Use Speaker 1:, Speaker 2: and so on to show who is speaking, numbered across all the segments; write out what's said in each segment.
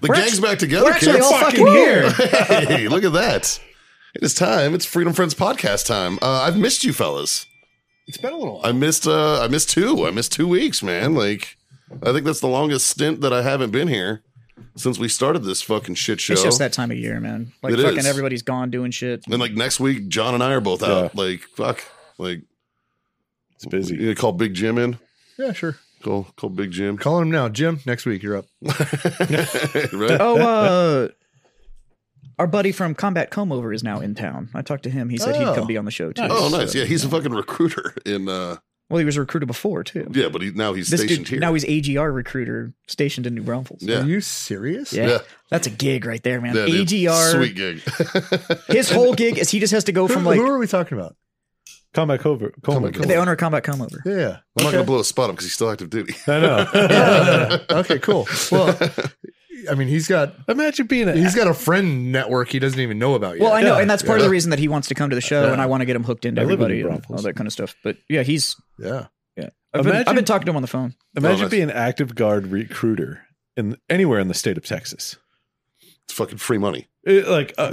Speaker 1: The
Speaker 2: We're
Speaker 1: gang's
Speaker 2: actu-
Speaker 1: back together,
Speaker 2: We're actually
Speaker 1: kids.
Speaker 2: all fucking here.
Speaker 1: hey, look at that. It is time. It's Freedom Friends podcast time. Uh, I've missed you fellas.
Speaker 3: It's been a little
Speaker 1: I missed uh I missed two. I missed two weeks, man. Like I think that's the longest stint that I haven't been here since we started this fucking shit show.
Speaker 2: It's just that time of year, man. Like
Speaker 1: It
Speaker 2: fucking
Speaker 1: is.
Speaker 2: everybody's gone doing shit.
Speaker 1: And like next week, John and I are both out. Like fuck. Like
Speaker 3: It's busy.
Speaker 1: you gonna call Big Jim in.
Speaker 3: Yeah, sure.
Speaker 1: Call call Big Jim.
Speaker 3: Calling him now, Jim. Next week, you're up.
Speaker 1: right?
Speaker 2: Oh, uh, our buddy from Combat Come Over is now in town. I talked to him. He said he'd come be on the show too.
Speaker 1: Oh, nice.
Speaker 2: So-
Speaker 1: Yeah, he's a fucking recruiter in. uh
Speaker 2: Well, he was a recruiter before too.
Speaker 1: Yeah, but he now he's
Speaker 2: This
Speaker 1: stationed
Speaker 2: dude
Speaker 1: here.
Speaker 2: now he's AGR recruiter stationed in New Braunfels.
Speaker 1: yeah.
Speaker 3: Are you serious?
Speaker 2: Yeah.
Speaker 1: Yeah.
Speaker 2: That's a gig right there, man.
Speaker 1: Yeah, dude.
Speaker 2: AGR.
Speaker 1: sweet gig.
Speaker 2: His whole gig is he just has to go
Speaker 3: Who,
Speaker 2: from like
Speaker 3: who are we talking about?
Speaker 4: Comic over. Comic
Speaker 1: Comic
Speaker 2: the owner of Combat Come Over.
Speaker 3: Yeah.
Speaker 1: I'm not gonna blow a spot up because he's still active duty.
Speaker 4: I know.
Speaker 3: Okay, cool. Well, I mean, he's got
Speaker 4: Imagine being a.
Speaker 3: he's got a friend network he doesn't even know about yet.
Speaker 2: Well, I know,
Speaker 4: Yeah.
Speaker 2: and that's part of the reason that he wants to come to the show, and I want to get him hooked into
Speaker 4: I live in
Speaker 2: everybody
Speaker 4: New
Speaker 2: and all
Speaker 4: Braunfels.
Speaker 2: that kind of stuff. But yeah, he's
Speaker 3: yeah.
Speaker 2: yeah. I've been, I've
Speaker 4: Imagine-
Speaker 2: been talking to him on the phone.
Speaker 4: imagine
Speaker 1: Oh, that's-
Speaker 4: being an active guard recruiter in anywhere in the state of Texas.
Speaker 1: It's fucking free money.
Speaker 4: It- like uh,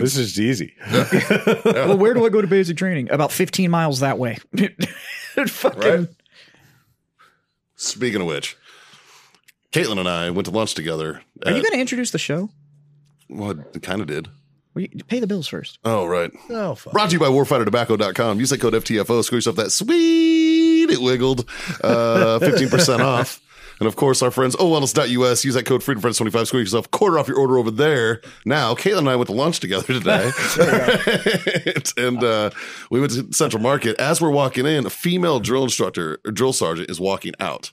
Speaker 4: this is easy.
Speaker 2: well, where do I go to basic training? About 15 miles that way. Fucking
Speaker 1: Right. Speaking of which, Caitlin and I went to lunch together.
Speaker 2: Are you
Speaker 1: at-
Speaker 2: going to introduce the show?
Speaker 1: Well, I kind of did.
Speaker 2: Well, you- pay the bills first.
Speaker 1: Oh, right.
Speaker 3: Oh fuck.
Speaker 1: Brought to you by warfightertobacco.com. Use that code FTFO. Screw yourself that sweet. It wiggled. Uh, 15% off. And of course, our friends, OLS.us, use that code FreedomFriends25. Screw yourself. Quarter off your order over there. Now, Caitlin and I went to lunch together today. and uh, we went to Central Market. As we're walking in, a female drill instructor, or drill sergeant, is walking out.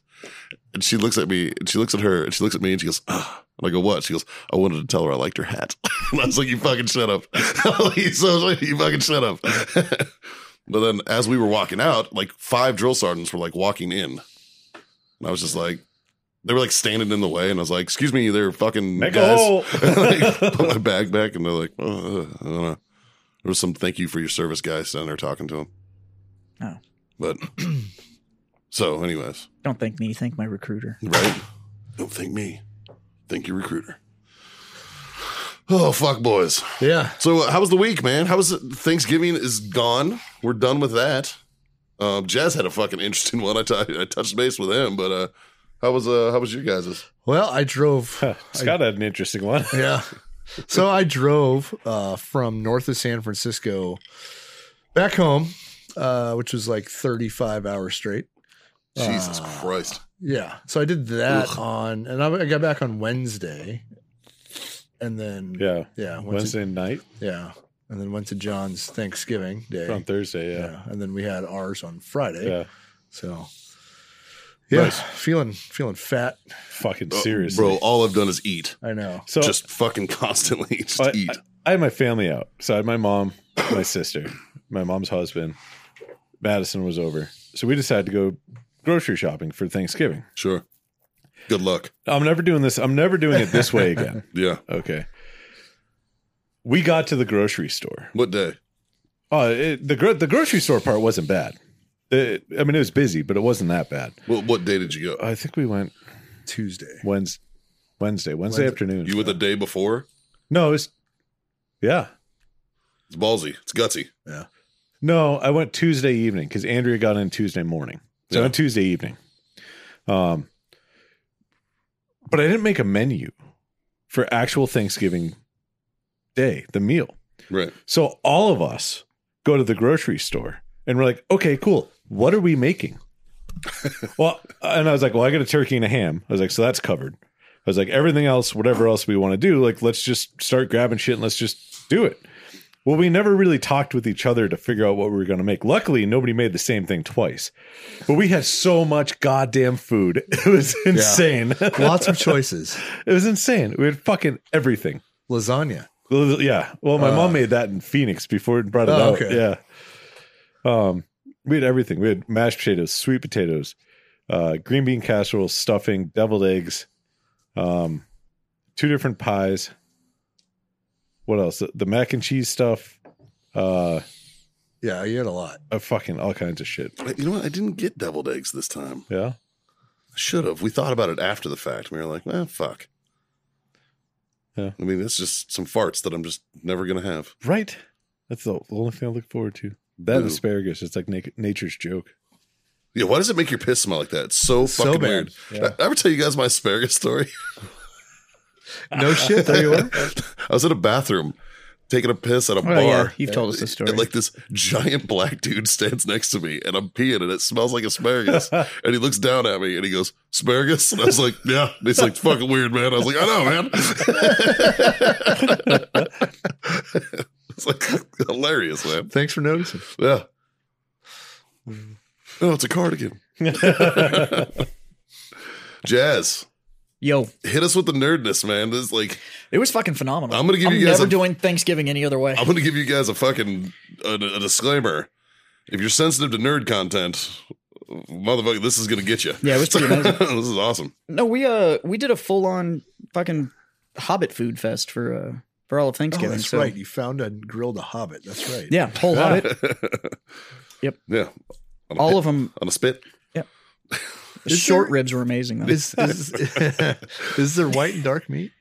Speaker 1: And she looks at me, and she looks at her, and she looks at me, and she goes, ah. And I go, what? She goes, I wanted to tell her I liked her hat. and I was like, you fucking shut up. I was like, so I was like, you fucking shut up. but then as we were walking out, like five drill sergeants were like walking in. And I was just like, they were like standing in the way. And I was like, excuse me, they're fucking
Speaker 4: Make a
Speaker 1: guys.
Speaker 4: hole.
Speaker 1: like, put my bag back. And they're like, oh, uh, I don't know. There was some thank you for your service guy standing there talking to him.
Speaker 2: Oh.
Speaker 1: But so, anyways,
Speaker 2: Don't thank me. Thank my recruiter.
Speaker 1: right? Don't thank me. Thank your recruiter. Oh, fuck, boys.
Speaker 3: Yeah.
Speaker 1: So, uh, how was the week, man? How was it? Thanksgiving is gone. We're done with that. Um, Jazz had a fucking interesting one. I t- I touched base with him, but uh, how was uh, how was your guys's?
Speaker 3: Well, I drove.
Speaker 4: Scott had an interesting one.
Speaker 3: yeah. So I drove uh, from north of San Francisco back home, uh, which was like 35 hours straight.
Speaker 1: Jesus
Speaker 4: Ah.
Speaker 1: Christ!
Speaker 3: Yeah. So I did that on, and I, I got back on Wednesday, and then
Speaker 4: Yeah.
Speaker 3: yeah, went
Speaker 4: Wednesday night
Speaker 3: to, yeah, and then went to John's Thanksgiving day.
Speaker 4: on Thursday.
Speaker 3: yeah.
Speaker 4: Yeah.
Speaker 3: and then we had ours on Friday.
Speaker 4: Yeah.
Speaker 3: So yeah,
Speaker 1: Nice.
Speaker 3: feeling feeling fat.
Speaker 4: Fucking
Speaker 1: Uh,
Speaker 4: seriously.
Speaker 1: bro, all I've done is eat,
Speaker 3: I know.
Speaker 4: So
Speaker 1: just fucking constantly, just
Speaker 4: I,
Speaker 1: eat.
Speaker 4: I, I had my family out. So I had my mom, my sister, my mom's husband. Madison was over. So we decided to go grocery shopping for Thanksgiving.
Speaker 1: sure. Good luck.
Speaker 4: I'm never doing this. I'm never doing it this way again.
Speaker 1: Yeah.
Speaker 4: Okay. We got to the grocery store.
Speaker 1: What day?
Speaker 4: Oh, it, the gro- the grocery store part wasn't bad. It- I mean, it was busy, but it wasn't that bad.
Speaker 1: What what day did you go?
Speaker 4: I think we went
Speaker 3: Tuesday.
Speaker 4: Wednesday, Wednesday, Wednesday
Speaker 3: Wednesday.
Speaker 4: afternoon.
Speaker 1: You went the day before?
Speaker 4: no, it was yeah.
Speaker 1: It's ballsy. It's gutsy.
Speaker 4: No, I went Tuesday evening because Andrea got in Tuesday morning. So
Speaker 1: Yeah.
Speaker 4: I went Tuesday evening. Um, but I didn't make a menu for actual Thanksgiving day, the meal.
Speaker 1: Right.
Speaker 4: So all of us go to the grocery store and we're like, okay, cool. What are we making? well, and I was like, well, I got a turkey and a ham. I was like, so that's covered. I was like, everything else, whatever else we want to do, like, let's just start grabbing shit and let's just do it. Well, we never really talked with each other to figure out what we were going to make. Luckily, nobody made the same thing twice. But we had so much goddamn food. It was insane.
Speaker 3: Lots of choices.
Speaker 4: it was insane. We had fucking everything.
Speaker 3: Lasagna.
Speaker 4: Well, Yeah. Well, my
Speaker 3: Uh.
Speaker 4: mom made that in Phoenix before it brought it
Speaker 3: Oh,
Speaker 4: out.
Speaker 3: okay.
Speaker 4: Yeah. Um, we had everything. We had mashed potatoes, sweet potatoes, uh, green bean casserole, stuffing, deviled eggs, um, two different pies. What else? The, the mac and cheese stuff. Uh,
Speaker 3: Yeah, you had a lot.
Speaker 4: uh, fucking all kinds of shit.
Speaker 1: I- You know what? I didn't get deviled eggs this time.
Speaker 4: Yeah.
Speaker 1: I should have. We thought about it after the fact. We were like, eh, fuck.
Speaker 4: Yeah.
Speaker 1: I mean, that's just some farts that I'm just never going to have.
Speaker 4: Right. That's the only thing I look forward to. That and
Speaker 1: Ooh.
Speaker 4: asparagus. It's like na- nature's joke.
Speaker 1: Yeah, why does it make your piss smell like that? It's so
Speaker 3: So
Speaker 1: fucking
Speaker 3: bad.
Speaker 1: weird. Did I ever tell you guys my asparagus story?
Speaker 3: No shit. There you were.
Speaker 1: I was in a bathroom taking a piss at a bar.
Speaker 2: Oh, yeah, you've told us this story.
Speaker 1: And like this giant black dude stands next to me and I'm peeing and it smells like asparagus. and he looks down at me and he goes, Asparagus? And I was like, Yeah. And he's like, fucking weird, man. I was like, I know, man. it's like hilarious, man.
Speaker 3: Thanks for noticing.
Speaker 1: Yeah.
Speaker 2: Hmm.
Speaker 1: Oh, it's a cardigan. Jazz,
Speaker 2: Yo,
Speaker 1: hit us with the nerdness, man. This is like
Speaker 2: it was fucking phenomenal.
Speaker 1: I'm gonna give you guys
Speaker 2: never
Speaker 1: a-
Speaker 2: doing Thanksgiving any other way.
Speaker 1: I'm going to give you guys a fucking a, a disclaimer. If you're sensitive to nerd content, motherfucker, this is going to get you.
Speaker 2: Yeah, it was pretty amazing.
Speaker 1: this is awesome.
Speaker 2: No, we uh we did a full on fucking Hobbit food fest for uh for all of
Speaker 3: Oh,
Speaker 2: Thanksgiving.
Speaker 3: that's
Speaker 2: so
Speaker 3: right. You found and grilled a hobbit. That's right.
Speaker 2: yeah, whole Hobbit,
Speaker 1: Yeah. On a
Speaker 2: all
Speaker 1: pit-
Speaker 2: of them.
Speaker 1: on a spit.
Speaker 2: The
Speaker 3: Is
Speaker 2: short
Speaker 3: there-
Speaker 2: ribs were amazing. Though.
Speaker 3: Is, is, is there white and dark meat?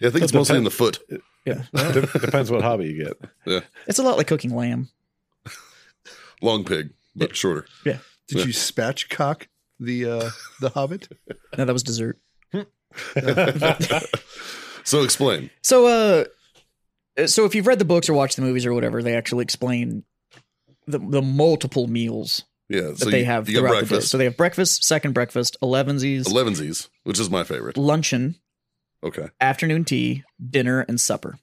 Speaker 1: Yeah, I think it's mostly in the foot.
Speaker 4: Yeah. Dep- Depends what hobby you get.
Speaker 2: It's a lot like cooking lamb.
Speaker 1: Long pig, but shorter.
Speaker 3: Did
Speaker 1: Yeah.
Speaker 3: you spatchcock the uh, the hobbit?
Speaker 2: No, that was dessert.
Speaker 1: So explain.
Speaker 2: So, uh, so if you've read the books or watched the movies or whatever, they actually explain the the multiple meals
Speaker 1: Yeah.
Speaker 2: that they have throughout the day.
Speaker 1: breakfast,
Speaker 2: So they have breakfast, second breakfast, elevensies,
Speaker 1: elevensies, which is my favorite.
Speaker 2: luncheon,
Speaker 1: Okay.
Speaker 2: afternoon tea, dinner, and supper.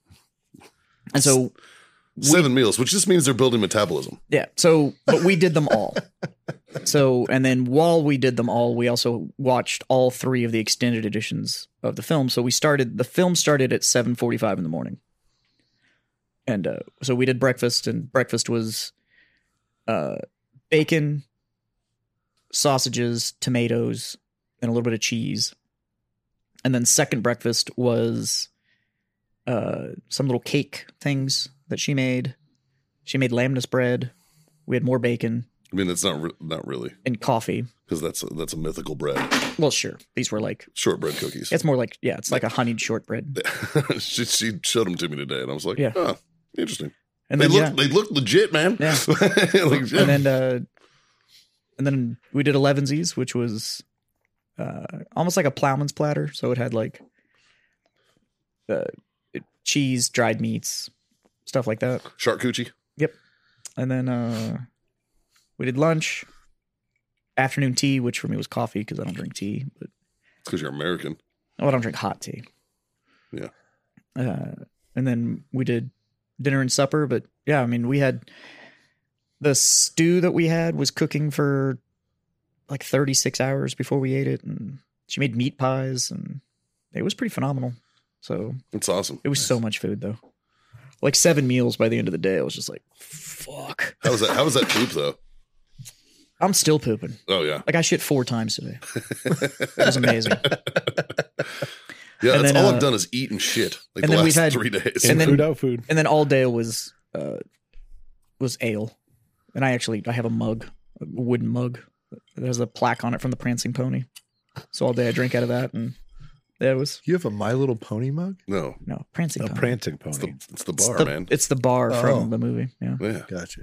Speaker 2: And so,
Speaker 1: Seven meals, which just means they're building metabolism.
Speaker 2: yeah. So, but we did them all. So, and then while we did them all, we also watched all three of the extended editions of the film. So we started the film started at seven forty five in the morning, and uh, so we did breakfast, and breakfast was uh, bacon, sausages, tomatoes, and a little bit of cheese. And then second breakfast was uh, some little cake things that she made. She made lamnas bread. We had more bacon
Speaker 1: I mean, that's not re- not really
Speaker 2: and coffee.
Speaker 1: because that's a, that's a mythical bread,
Speaker 2: Well, sure. These were like
Speaker 1: shortbread cookies.
Speaker 2: it's more like yeah, it's like a honeyed shortbread.
Speaker 1: she, she showed them to me today, and I was like,
Speaker 2: Yeah.
Speaker 1: "Huh, interesting.
Speaker 2: And
Speaker 1: they
Speaker 2: then
Speaker 1: look
Speaker 2: yeah,
Speaker 1: they look legit, man.
Speaker 2: Yeah.
Speaker 1: Like, yeah.
Speaker 2: and then uh, and then we did elevensies, which was uh, almost like a plowman's platter. So it had like uh, it- cheese, dried meats, stuff like that.
Speaker 1: Shark coochie.
Speaker 2: And then uh, we did lunch, afternoon tea, which for me was coffee because I don't drink tea, but
Speaker 1: It's because you're American.
Speaker 2: oh, I don't drink hot tea.
Speaker 1: Yeah.
Speaker 2: Uh, and then we did dinner and supper, but yeah, I mean, we had the stew that we had was cooking for like 36 hours before we ate it, and she made meat pies, and it was pretty phenomenal. So
Speaker 1: It's awesome.
Speaker 2: it was so much food, though. Like seven meals by the end of the day, I was just like, fuck.
Speaker 1: How was that? How was that poop though?
Speaker 2: I'm still pooping.
Speaker 1: Oh yeah,
Speaker 2: Like I shit four times today. it was amazing.
Speaker 1: yeah.
Speaker 2: And
Speaker 1: that's
Speaker 2: then,
Speaker 1: all
Speaker 2: uh,
Speaker 1: I've done is eat and shit. Like
Speaker 2: and
Speaker 1: the
Speaker 2: then
Speaker 1: last
Speaker 2: we've had-
Speaker 1: three days.
Speaker 2: and then-
Speaker 4: food out food.
Speaker 2: And then all day was uh, was ale, and I actually I have a mug, a wooden mug that has a plaque on it from the Prancing Pony. So all day I drank out of that, and that was
Speaker 3: You have a My Little Pony mug.
Speaker 1: no,
Speaker 2: no Prancing
Speaker 4: A
Speaker 2: Pony.
Speaker 4: prancing
Speaker 1: it's the
Speaker 4: pony.
Speaker 1: it's the
Speaker 2: it's
Speaker 1: bar,
Speaker 2: the,
Speaker 1: man.
Speaker 2: It's the bar
Speaker 3: Oh.
Speaker 2: from the movie. Yeah,
Speaker 1: Yeah,
Speaker 3: Gotcha.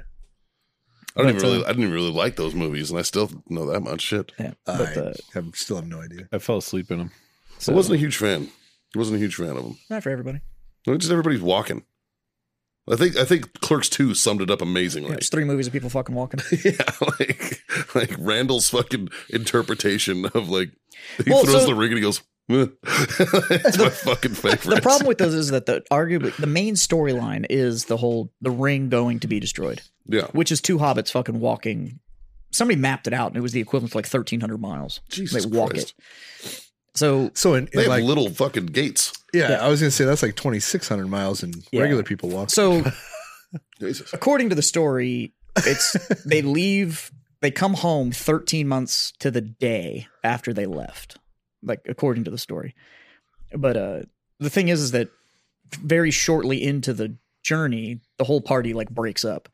Speaker 1: I don't
Speaker 2: But,
Speaker 1: even really.
Speaker 2: uh,
Speaker 1: I didn't even really like those movies, and I still know that much shit.
Speaker 2: yeah.
Speaker 3: I
Speaker 2: But uh,
Speaker 3: have, still have no idea.
Speaker 4: I fell asleep in them.
Speaker 2: so,
Speaker 1: I wasn't a huge fan. I wasn't a huge fan of them.
Speaker 2: not for everybody.
Speaker 1: No, Just everybody's walking. I think I think Clerks Two summed it up amazingly.
Speaker 2: Yeah, it's three movies of people fucking walking.
Speaker 1: Yeah, like like Randall's fucking interpretation of like he
Speaker 2: Well,
Speaker 1: throws
Speaker 2: so-
Speaker 1: the ring and he goes, "Eh." "That's my fucking favorite."
Speaker 2: the problem with those is that the arguably the main storyline is the whole the ring going to be destroyed.
Speaker 1: yeah,
Speaker 2: which is two hobbits fucking walking. Somebody mapped it out, and it was the equivalent to like thirteen hundred miles.
Speaker 1: Jesus
Speaker 2: they walk
Speaker 1: Christ.
Speaker 2: it. So
Speaker 3: So in,
Speaker 1: they
Speaker 3: in
Speaker 1: have
Speaker 3: like
Speaker 1: little fucking gates.
Speaker 3: Yeah, I was gonna say that's like twenty six hundred miles, and
Speaker 2: Yeah.
Speaker 3: regular people walk.
Speaker 2: So
Speaker 1: Jesus.
Speaker 2: according to the story, it's they leave they come home 13 months to the day after they left. Like according to the story. But uh the thing is is that very shortly into the journey, the whole party like breaks up.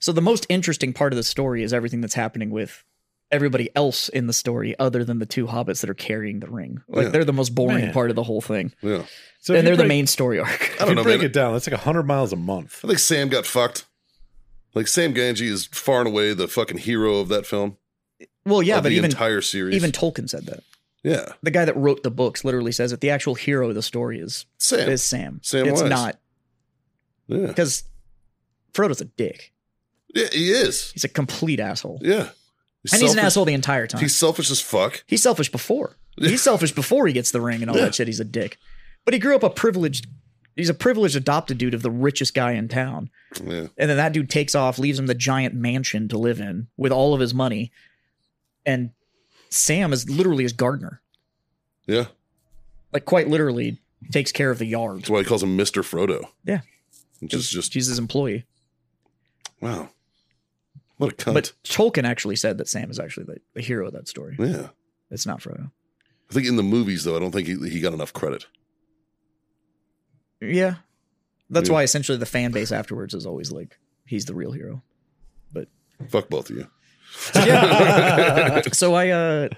Speaker 2: So the most interesting part of the story is everything that's happening with everybody else in the story other than the two hobbits that are carrying the ring. Like
Speaker 1: Yeah.
Speaker 2: they're the most boring
Speaker 4: Man.
Speaker 2: part of the whole thing.
Speaker 1: Yeah.
Speaker 4: So
Speaker 2: and
Speaker 4: if you
Speaker 2: they're the
Speaker 4: break-
Speaker 2: main story arc.
Speaker 1: I
Speaker 4: If
Speaker 1: don't
Speaker 4: you
Speaker 1: know,
Speaker 4: break
Speaker 1: man.
Speaker 4: it down, that's like hundred miles a month.
Speaker 1: I think Sam got fucked. Like Sam Ganji is far and away the fucking hero of that film.
Speaker 2: Well, yeah,
Speaker 1: of
Speaker 2: but
Speaker 1: the
Speaker 2: even
Speaker 1: entire series.
Speaker 2: even Tolkien said that.
Speaker 1: yeah,
Speaker 2: the guy that wrote the books literally says that the actual hero of the story is
Speaker 1: Sam.
Speaker 2: is Sam.
Speaker 1: Sam
Speaker 2: it's
Speaker 1: Wise.
Speaker 2: not
Speaker 1: yeah.
Speaker 2: because Frodo's a dick.
Speaker 1: yeah, he is.
Speaker 2: He's a complete asshole,
Speaker 1: Yeah, he's
Speaker 2: and he's an
Speaker 1: selfish-
Speaker 2: asshole the entire time.
Speaker 1: He's
Speaker 2: He's,
Speaker 1: selfish as fuck.
Speaker 2: selfish before. He's selfish before he gets the ring and all that shit. He's a dick, but he grew up a privileged. He's a privileged adopted dude of the richest guy in town,
Speaker 1: Yeah,
Speaker 2: and then that dude takes off, leaves him the giant mansion to live in with all of his money, and Sam is literally his gardener,
Speaker 1: yeah.
Speaker 2: like quite literally takes care of the yard.
Speaker 1: That's why he calls him Mister Frodo.
Speaker 2: Yeah.
Speaker 1: which is just
Speaker 2: He's his employee.
Speaker 1: wow. What a cunt.
Speaker 2: But Tolkien actually said that Sam is actually the, the hero of that story.
Speaker 1: yeah,
Speaker 2: It's not Frodo.
Speaker 1: I think in the movies though, I don't think he, he got enough credit.
Speaker 2: Yeah. That's
Speaker 1: Yeah.
Speaker 2: why essentially the fan base afterwards is always like, he's the real hero.
Speaker 1: Fuck both of you.
Speaker 2: So I uh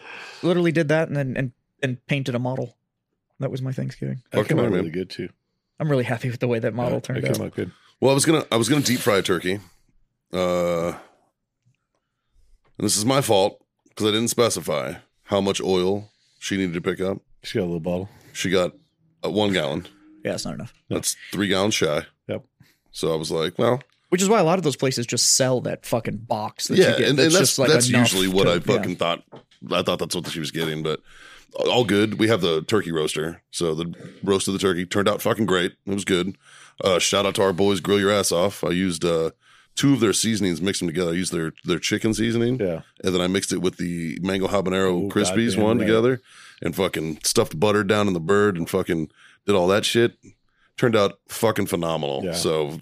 Speaker 2: literally did that and then and, and painted a model. That was my Thanksgiving.
Speaker 4: That
Speaker 1: Fuck
Speaker 4: came
Speaker 1: yeah,
Speaker 4: out
Speaker 1: man.
Speaker 4: really good too.
Speaker 2: I'm really happy with the way that model
Speaker 4: Yeah,
Speaker 2: turned
Speaker 4: that
Speaker 2: out.
Speaker 4: came out good.
Speaker 1: Well, I was gonna I was gonna deep fry a turkey. Uh, and this is my fault because I didn't specify how much oil she needed to pick up.
Speaker 4: She got a little bottle.
Speaker 1: She got uh, one gallon.
Speaker 2: Yeah, it's not enough.
Speaker 1: That's three gallons shy.
Speaker 4: Yep.
Speaker 1: So I was like, well,
Speaker 2: Which is why a lot of those places just sell that fucking box. That
Speaker 1: yeah,
Speaker 2: you get
Speaker 1: and, and that's
Speaker 2: just, like,
Speaker 1: that's
Speaker 2: enough
Speaker 1: usually what
Speaker 2: to-
Speaker 1: I fucking thought. I thought that's what she was getting, but all good. We have the turkey roaster, so the roast of the turkey turned out fucking great. It was good. Uh, shout out to our boys, grill your ass off. I used uh, two of their seasonings, mixed them together. I used their their chicken seasoning,
Speaker 4: Yeah.
Speaker 1: and then I mixed it with the mango
Speaker 4: Oh,
Speaker 1: habanero crispies
Speaker 4: goddamn
Speaker 1: one
Speaker 4: right.
Speaker 1: together, and fucking stuffed butter down in the bird, and fucking did all that shit. Turned out fucking phenomenal.
Speaker 4: Yeah.
Speaker 1: So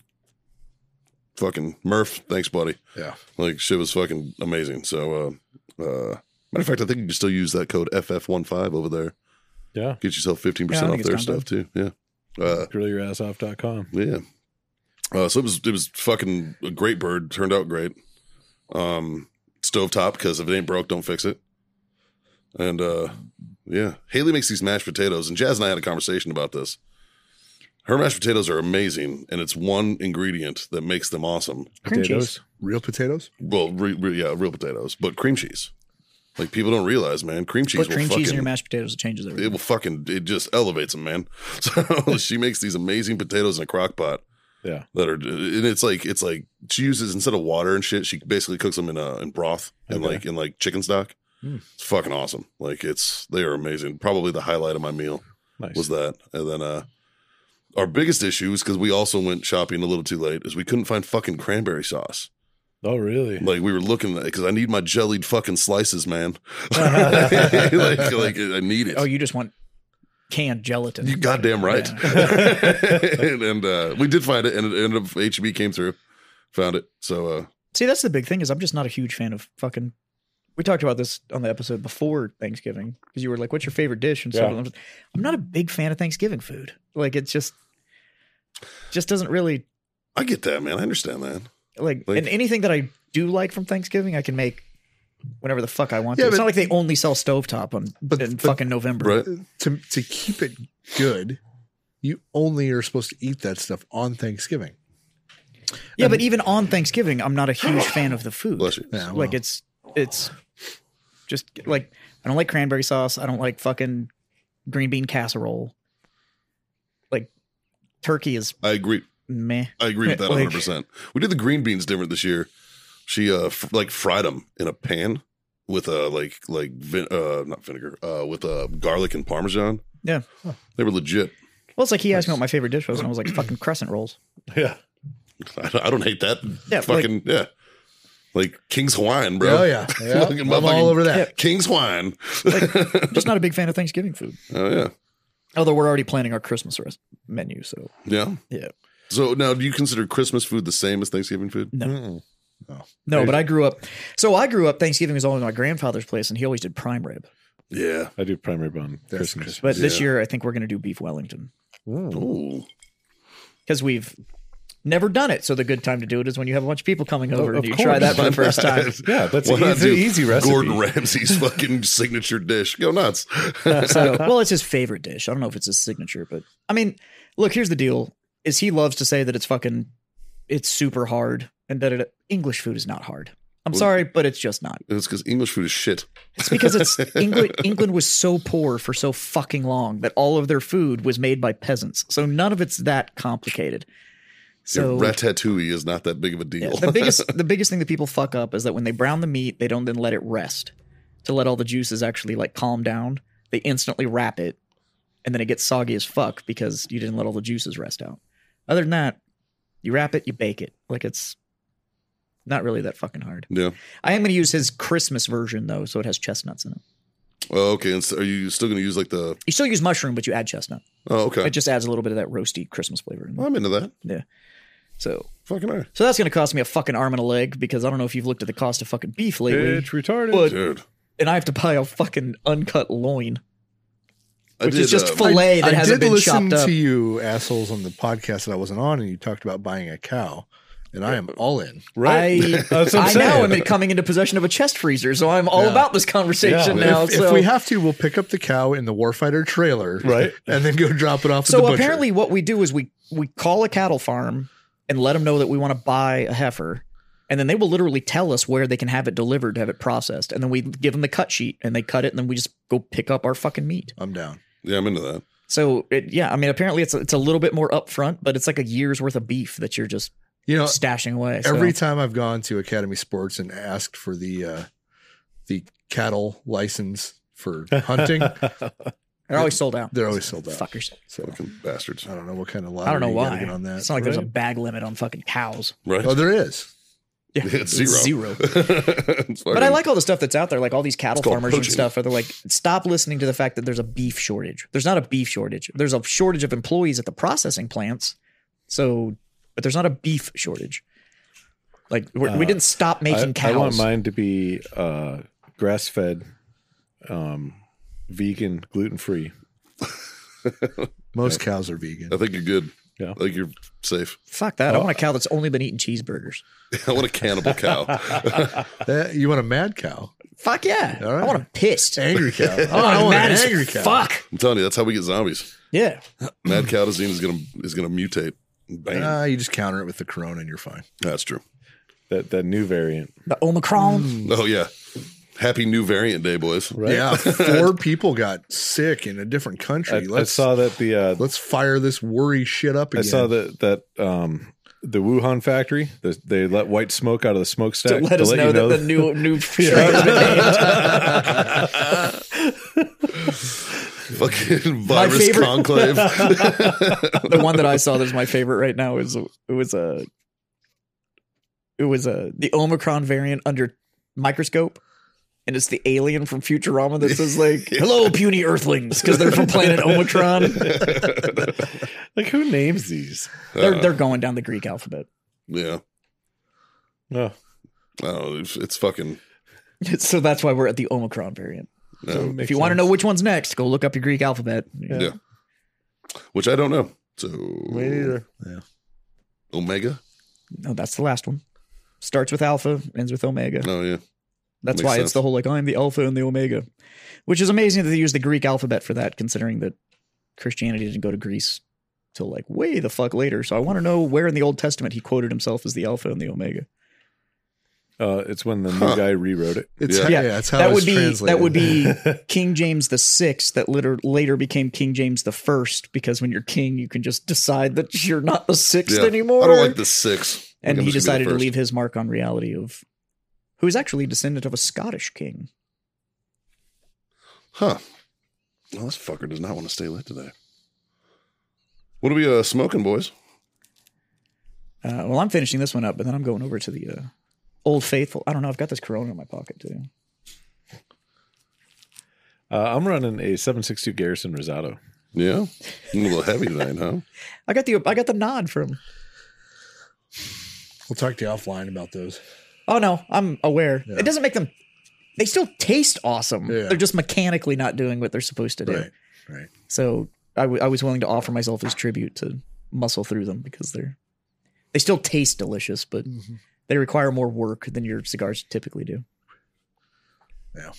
Speaker 1: fucking Murph, thanks, buddy.
Speaker 3: Yeah.
Speaker 1: Like shit was fucking amazing. So uh uh matter of fact, I think you can still use that code FF15 over there.
Speaker 4: Yeah.
Speaker 1: Get yourself 15%
Speaker 2: Yeah, I think
Speaker 1: off
Speaker 2: it's
Speaker 1: their
Speaker 2: gone
Speaker 1: stuff too. Yeah. Uh
Speaker 4: Grillyourassoff.com.
Speaker 1: yeah. Uh so it was it was fucking a great bird, turned out great. Um stovetop, because if it ain't broke, don't fix it. And uh yeah. Haley makes these mashed potatoes, and Jazz and I had a conversation about this. Her mashed potatoes are amazing, and it's one ingredient that makes them awesome.
Speaker 2: Cream cheese.
Speaker 4: Potatoes.
Speaker 3: Real potatoes?
Speaker 1: Well, re, re, yeah, real potatoes, but cream cheese. Like people don't realize, man, cream cheese
Speaker 2: Put
Speaker 1: will
Speaker 2: cream
Speaker 1: fucking
Speaker 2: cheese in your mashed potatoes, it changes everything.
Speaker 1: it will fucking it just elevates them, man. So she makes these amazing potatoes in a crock pot
Speaker 4: Yeah.
Speaker 1: that are, and it's like it's like she uses instead of water and shit, she basically cooks them in uh in broth and
Speaker 4: Okay.
Speaker 1: like in like chicken stock.
Speaker 2: Hmm.
Speaker 1: It's fucking awesome. Like it's they are amazing. Probably the highlight of my meal
Speaker 4: Nice.
Speaker 1: was that, and then uh. Our biggest issue is because we also went shopping a little too late. Is we couldn't find fucking cranberry sauce.
Speaker 4: oh, really?
Speaker 1: Like we were looking at because I need my jellied fucking slices, man. like, like I need it.
Speaker 2: Oh, you just want canned gelatin.
Speaker 1: you goddamn right. and and uh, we did find it, and it ended up HB came through, found it. So uh,
Speaker 2: See, that's the big thing is I'm just not a huge fan of fucking. We talked about this on the episode before Thanksgiving because you were like, "What's your favorite dish?" And stuff.
Speaker 4: Yeah.
Speaker 2: I'm just- I'm not a big fan of Thanksgiving food. Like it's just, just doesn't really
Speaker 1: I get that, man. I understand that.
Speaker 2: like,
Speaker 1: Like-
Speaker 2: and anything that I do like from Thanksgiving, I can make whenever the fuck I want.
Speaker 3: Yeah,
Speaker 2: to. It's
Speaker 3: but-
Speaker 2: not like they only sell stovetop on
Speaker 3: But-
Speaker 2: in
Speaker 3: but-
Speaker 2: fucking November.
Speaker 1: Right?
Speaker 3: To to keep it good, you only are supposed to eat that stuff on Thanksgiving.
Speaker 2: Yeah, but even on Thanksgiving, I'm not a huge fan of the food.
Speaker 1: Bless you.
Speaker 3: Yeah, well.
Speaker 2: Like it's it's just like I don't like cranberry sauce. I don't like fucking green bean casserole. Like turkey is
Speaker 1: I agree.
Speaker 2: meh.
Speaker 1: I agree with that
Speaker 2: Like-
Speaker 1: 100. percent We did the green beans different this year. She uh f- like fried them in a pan with uh like like vin- uh not vinegar uh with uh garlic and parmesan.
Speaker 2: Yeah.
Speaker 1: They were legit.
Speaker 2: Well, it's like he asked me what my favorite dish was, and I was like fucking crescent rolls.
Speaker 4: yeah.
Speaker 1: I don't, I don't hate that.
Speaker 2: Yeah,
Speaker 1: fucking yeah. Like King's Hawaiian, bro.
Speaker 3: Oh yeah. yeah.
Speaker 1: Fucking
Speaker 3: I'm
Speaker 1: motherfucking-
Speaker 3: all over that.
Speaker 1: King's Hawaiian.
Speaker 2: I'm just not a big fan of Thanksgiving food.
Speaker 1: Oh yeah.
Speaker 2: Although we're already planning our Christmas res- menu, so
Speaker 1: Yeah.
Speaker 2: Yeah.
Speaker 1: So now, do you consider Christmas food the same as Thanksgiving food?
Speaker 2: no,
Speaker 4: Mm-mm.
Speaker 2: Oh. no. But I grew up. So I grew up. Thanksgiving was always my grandfather's place, and he always did prime rib.
Speaker 1: Yeah.
Speaker 4: I do prime rib on
Speaker 3: That's
Speaker 4: Christmas.
Speaker 3: Christmas.
Speaker 2: But this
Speaker 1: Yeah.
Speaker 2: year, I think we're going to do beef Wellington
Speaker 1: Ooh.
Speaker 2: because we've never done it. So the good time to do it is when you have a bunch of people coming over and
Speaker 4: of
Speaker 2: you try that for the
Speaker 1: course.
Speaker 2: first time.
Speaker 4: Yeah, that's
Speaker 1: Why
Speaker 4: an
Speaker 1: not
Speaker 4: easy,
Speaker 1: do
Speaker 4: easy recipe.
Speaker 1: Gordon Ramsay's fucking signature dish. Go nuts.
Speaker 2: so well it's his favorite dish i don't know if it's his signature but i mean look here's the deal is he loves to say that it's fucking it's super hard and that it, english food is not hard i'm sorry but it's just not
Speaker 1: It's because English food is shit.
Speaker 2: it's because it's england england was so poor for so fucking long that all of their food was made by peasants so none of it's that complicated so
Speaker 1: yeah, ratatouille is not that big of a deal.
Speaker 2: yeah, the biggest the biggest thing that people fuck up is that when they brown the meat, they don't then let it rest to let all the juices actually like calm down. They instantly wrap it, and then it gets soggy as fuck because you didn't let all the juices rest out. Other than that, you wrap it, you bake it. Like it's not really that fucking hard.
Speaker 1: yeah.
Speaker 2: I am going to use his Christmas version though, so it has chestnuts in it.
Speaker 1: Oh, okay. And so are you still going to use like the?
Speaker 2: You still use mushroom, but you add chestnut.
Speaker 1: Oh, okay.
Speaker 2: It just adds a little bit of that roasty Christmas flavor. In there.
Speaker 1: Well, I'm into that.
Speaker 2: So,
Speaker 1: Fucking I.
Speaker 2: so that's going to cost me a fucking arm and a leg because I don't know if you've looked at the cost of fucking beef lately.
Speaker 4: It's retarded.
Speaker 2: But-
Speaker 1: Dude.
Speaker 2: and I have to buy a fucking uncut loin,
Speaker 1: I
Speaker 2: which is just
Speaker 4: uh,
Speaker 1: um,
Speaker 2: fillet that hasn't
Speaker 3: did
Speaker 2: been
Speaker 3: listen
Speaker 2: chopped up.
Speaker 3: to you assholes on the podcast that I wasn't on, and you talked about buying a cow, and I am all in.
Speaker 4: right?
Speaker 2: I,
Speaker 4: That's what I'm
Speaker 2: I now
Speaker 4: saying.
Speaker 2: am coming into possession of a chest freezer, so I'm all about this conversation
Speaker 4: Yeah.
Speaker 2: now.
Speaker 3: if,
Speaker 2: so
Speaker 3: if we have to, we'll pick up the cow in the warfighter trailer,
Speaker 4: Right.
Speaker 3: and then go drop it off. at the
Speaker 2: so
Speaker 3: butcher.
Speaker 2: apparently, what we do is we we call a cattle farm and let them know that we want to buy a heifer, and then they will literally tell us where they can have it delivered to have it processed, and then we give them the cut sheet and they cut it, and then we just go pick up our fucking meat.
Speaker 3: I'm down.
Speaker 1: Yeah, I'm into that.
Speaker 2: So it, yeah, I mean, apparently it's a, it's a little bit more upfront, but it's like a year's worth of beef that you're just
Speaker 3: You
Speaker 4: Uh,
Speaker 3: know,
Speaker 2: stashing away. so-
Speaker 3: every time I've gone to Academy Sports and asked for the uh, the cattle license for hunting,
Speaker 2: they're always sold out.
Speaker 3: they're always sold out.
Speaker 2: Fuckers.
Speaker 3: So
Speaker 1: Fucking bastards.
Speaker 3: I don't know what kind of lottery
Speaker 2: I don't know
Speaker 3: you gotta
Speaker 2: why.
Speaker 3: get on that.
Speaker 2: It's not like there's a
Speaker 4: Right.
Speaker 2: bag limit on fucking cows.
Speaker 1: Right.
Speaker 3: oh, there is.
Speaker 2: Yeah,
Speaker 1: It's zero.
Speaker 2: zero.
Speaker 1: It's
Speaker 2: But I
Speaker 1: fucking-
Speaker 2: like all the stuff that's out there, like all these cattle
Speaker 1: It's called
Speaker 2: farmers and
Speaker 1: poaching.
Speaker 2: stuff. Are they're like, stop listening to the fact that there's a beef shortage. There's not a beef shortage. There's a shortage of employees at the processing plants. So, but there's not a beef shortage. Like we're, we
Speaker 4: Uh,
Speaker 2: didn't stop making
Speaker 4: I,
Speaker 2: cows.
Speaker 4: I want mine to be uh, grass fed, um, vegan, gluten free.
Speaker 3: Most cows are vegan.
Speaker 1: I think you're good.
Speaker 4: Yeah.
Speaker 1: I think you're safe.
Speaker 2: Fuck that! I want a
Speaker 4: Oh.
Speaker 2: cow that's only been eating cheeseburgers.
Speaker 1: I want a cannibal cow.
Speaker 3: That- you want a mad cow?
Speaker 2: Fuck yeah!
Speaker 3: All right.
Speaker 2: I want a pissed.
Speaker 3: Angry cow.
Speaker 2: I
Speaker 3: Oh,
Speaker 2: want
Speaker 3: I want
Speaker 2: mad
Speaker 3: an
Speaker 2: as
Speaker 3: angry cow.
Speaker 2: Fuck
Speaker 1: I'm telling you, that's how we get zombies.
Speaker 2: yeah!
Speaker 1: Mad cow disease is gonna is gonna mutate. Bam.
Speaker 3: Ah, you just counter it with the corona and you're fine.
Speaker 1: that's true.
Speaker 4: That that new variant.
Speaker 2: The Omicron.
Speaker 1: Oh yeah. Happy new variant day, boys. Right.
Speaker 3: Yeah, four people got sick in a different country.
Speaker 4: I, I
Speaker 3: let's
Speaker 4: saw that the uh,
Speaker 3: let's fire this worry shit up
Speaker 4: I
Speaker 3: again.
Speaker 4: saw that that um, the Wuhan factory. The, they let white smoke out of the
Speaker 2: to
Speaker 4: smokestack
Speaker 2: let us know, that the new new
Speaker 1: Fucking virus
Speaker 2: favorite-
Speaker 1: conclave.
Speaker 2: the one that I saw that's my favorite right now is it was a it was a the Omicron variant under microscope. And it's the alien from Futurama that says like, "Hello, puny Earthlings," because they're from planet Omicron.
Speaker 4: like who names these? Uh.
Speaker 2: They're they're going down the Greek alphabet.
Speaker 1: yeah.
Speaker 4: Oh,
Speaker 1: I don't know. It's, it's fucking
Speaker 2: So that's why we're at the Omicron variant.
Speaker 1: no.
Speaker 2: if you want to know which one's next, go look up your Greek alphabet.
Speaker 1: Yeah. Which I don't know. So Omega?
Speaker 2: No, Oh, that's the last one. Starts with alpha, ends with omega.
Speaker 1: Oh yeah.
Speaker 2: That's
Speaker 1: Makes
Speaker 2: why
Speaker 1: sense.
Speaker 2: it's the whole like I'm the alpha and the omega, which is amazing that they use the Greek alphabet for that, considering that Christianity didn't go to Greece till like way the fuck later. So I want to know where in the Old Testament he quoted himself as the alpha and the omega.
Speaker 4: Uh, it's when the new
Speaker 1: Huh.
Speaker 4: guy rewrote it.
Speaker 3: It's
Speaker 1: Yeah.
Speaker 3: yeah,
Speaker 2: Yeah,
Speaker 3: that's how
Speaker 2: that
Speaker 3: it's
Speaker 2: would be
Speaker 3: translated.
Speaker 2: that would be King James the sixth that later later became King James the first because when you're king you can just decide that you're not the sixth
Speaker 1: yeah.
Speaker 2: anymore.
Speaker 1: I don't like the six. I
Speaker 2: and
Speaker 1: think I'm
Speaker 2: he
Speaker 1: just gonna be
Speaker 2: decided
Speaker 1: the
Speaker 2: to
Speaker 1: first.
Speaker 2: leave his mark on reality of who is actually a descendant of a Scottish king.
Speaker 1: Huh. Well, this fucker does not want to stay lit today. What are we uh, smoking, boys?
Speaker 2: Uh, well, I'm finishing this one up, but then I'm going over to the uh, Old Faithful. I don't know. I've got this Corona in my pocket too.
Speaker 4: Uh, I'm running a 762 Garrison Rosado.
Speaker 1: Yeah. I'm a little heavy tonight, huh?
Speaker 2: I got the I got the nod from.
Speaker 3: We'll talk to you offline about those.
Speaker 2: Oh no, I'm aware.
Speaker 3: Yeah.
Speaker 2: It doesn't make them. They still taste awesome.
Speaker 3: Yeah.
Speaker 2: They're just mechanically not doing what they're supposed to do.
Speaker 3: Right. Right.
Speaker 2: So I, w- I was willing to offer myself as tribute to muscle through them because they're they still taste delicious, but
Speaker 3: Mm-hmm.
Speaker 2: they require more work than your cigars typically do.
Speaker 3: Yeah.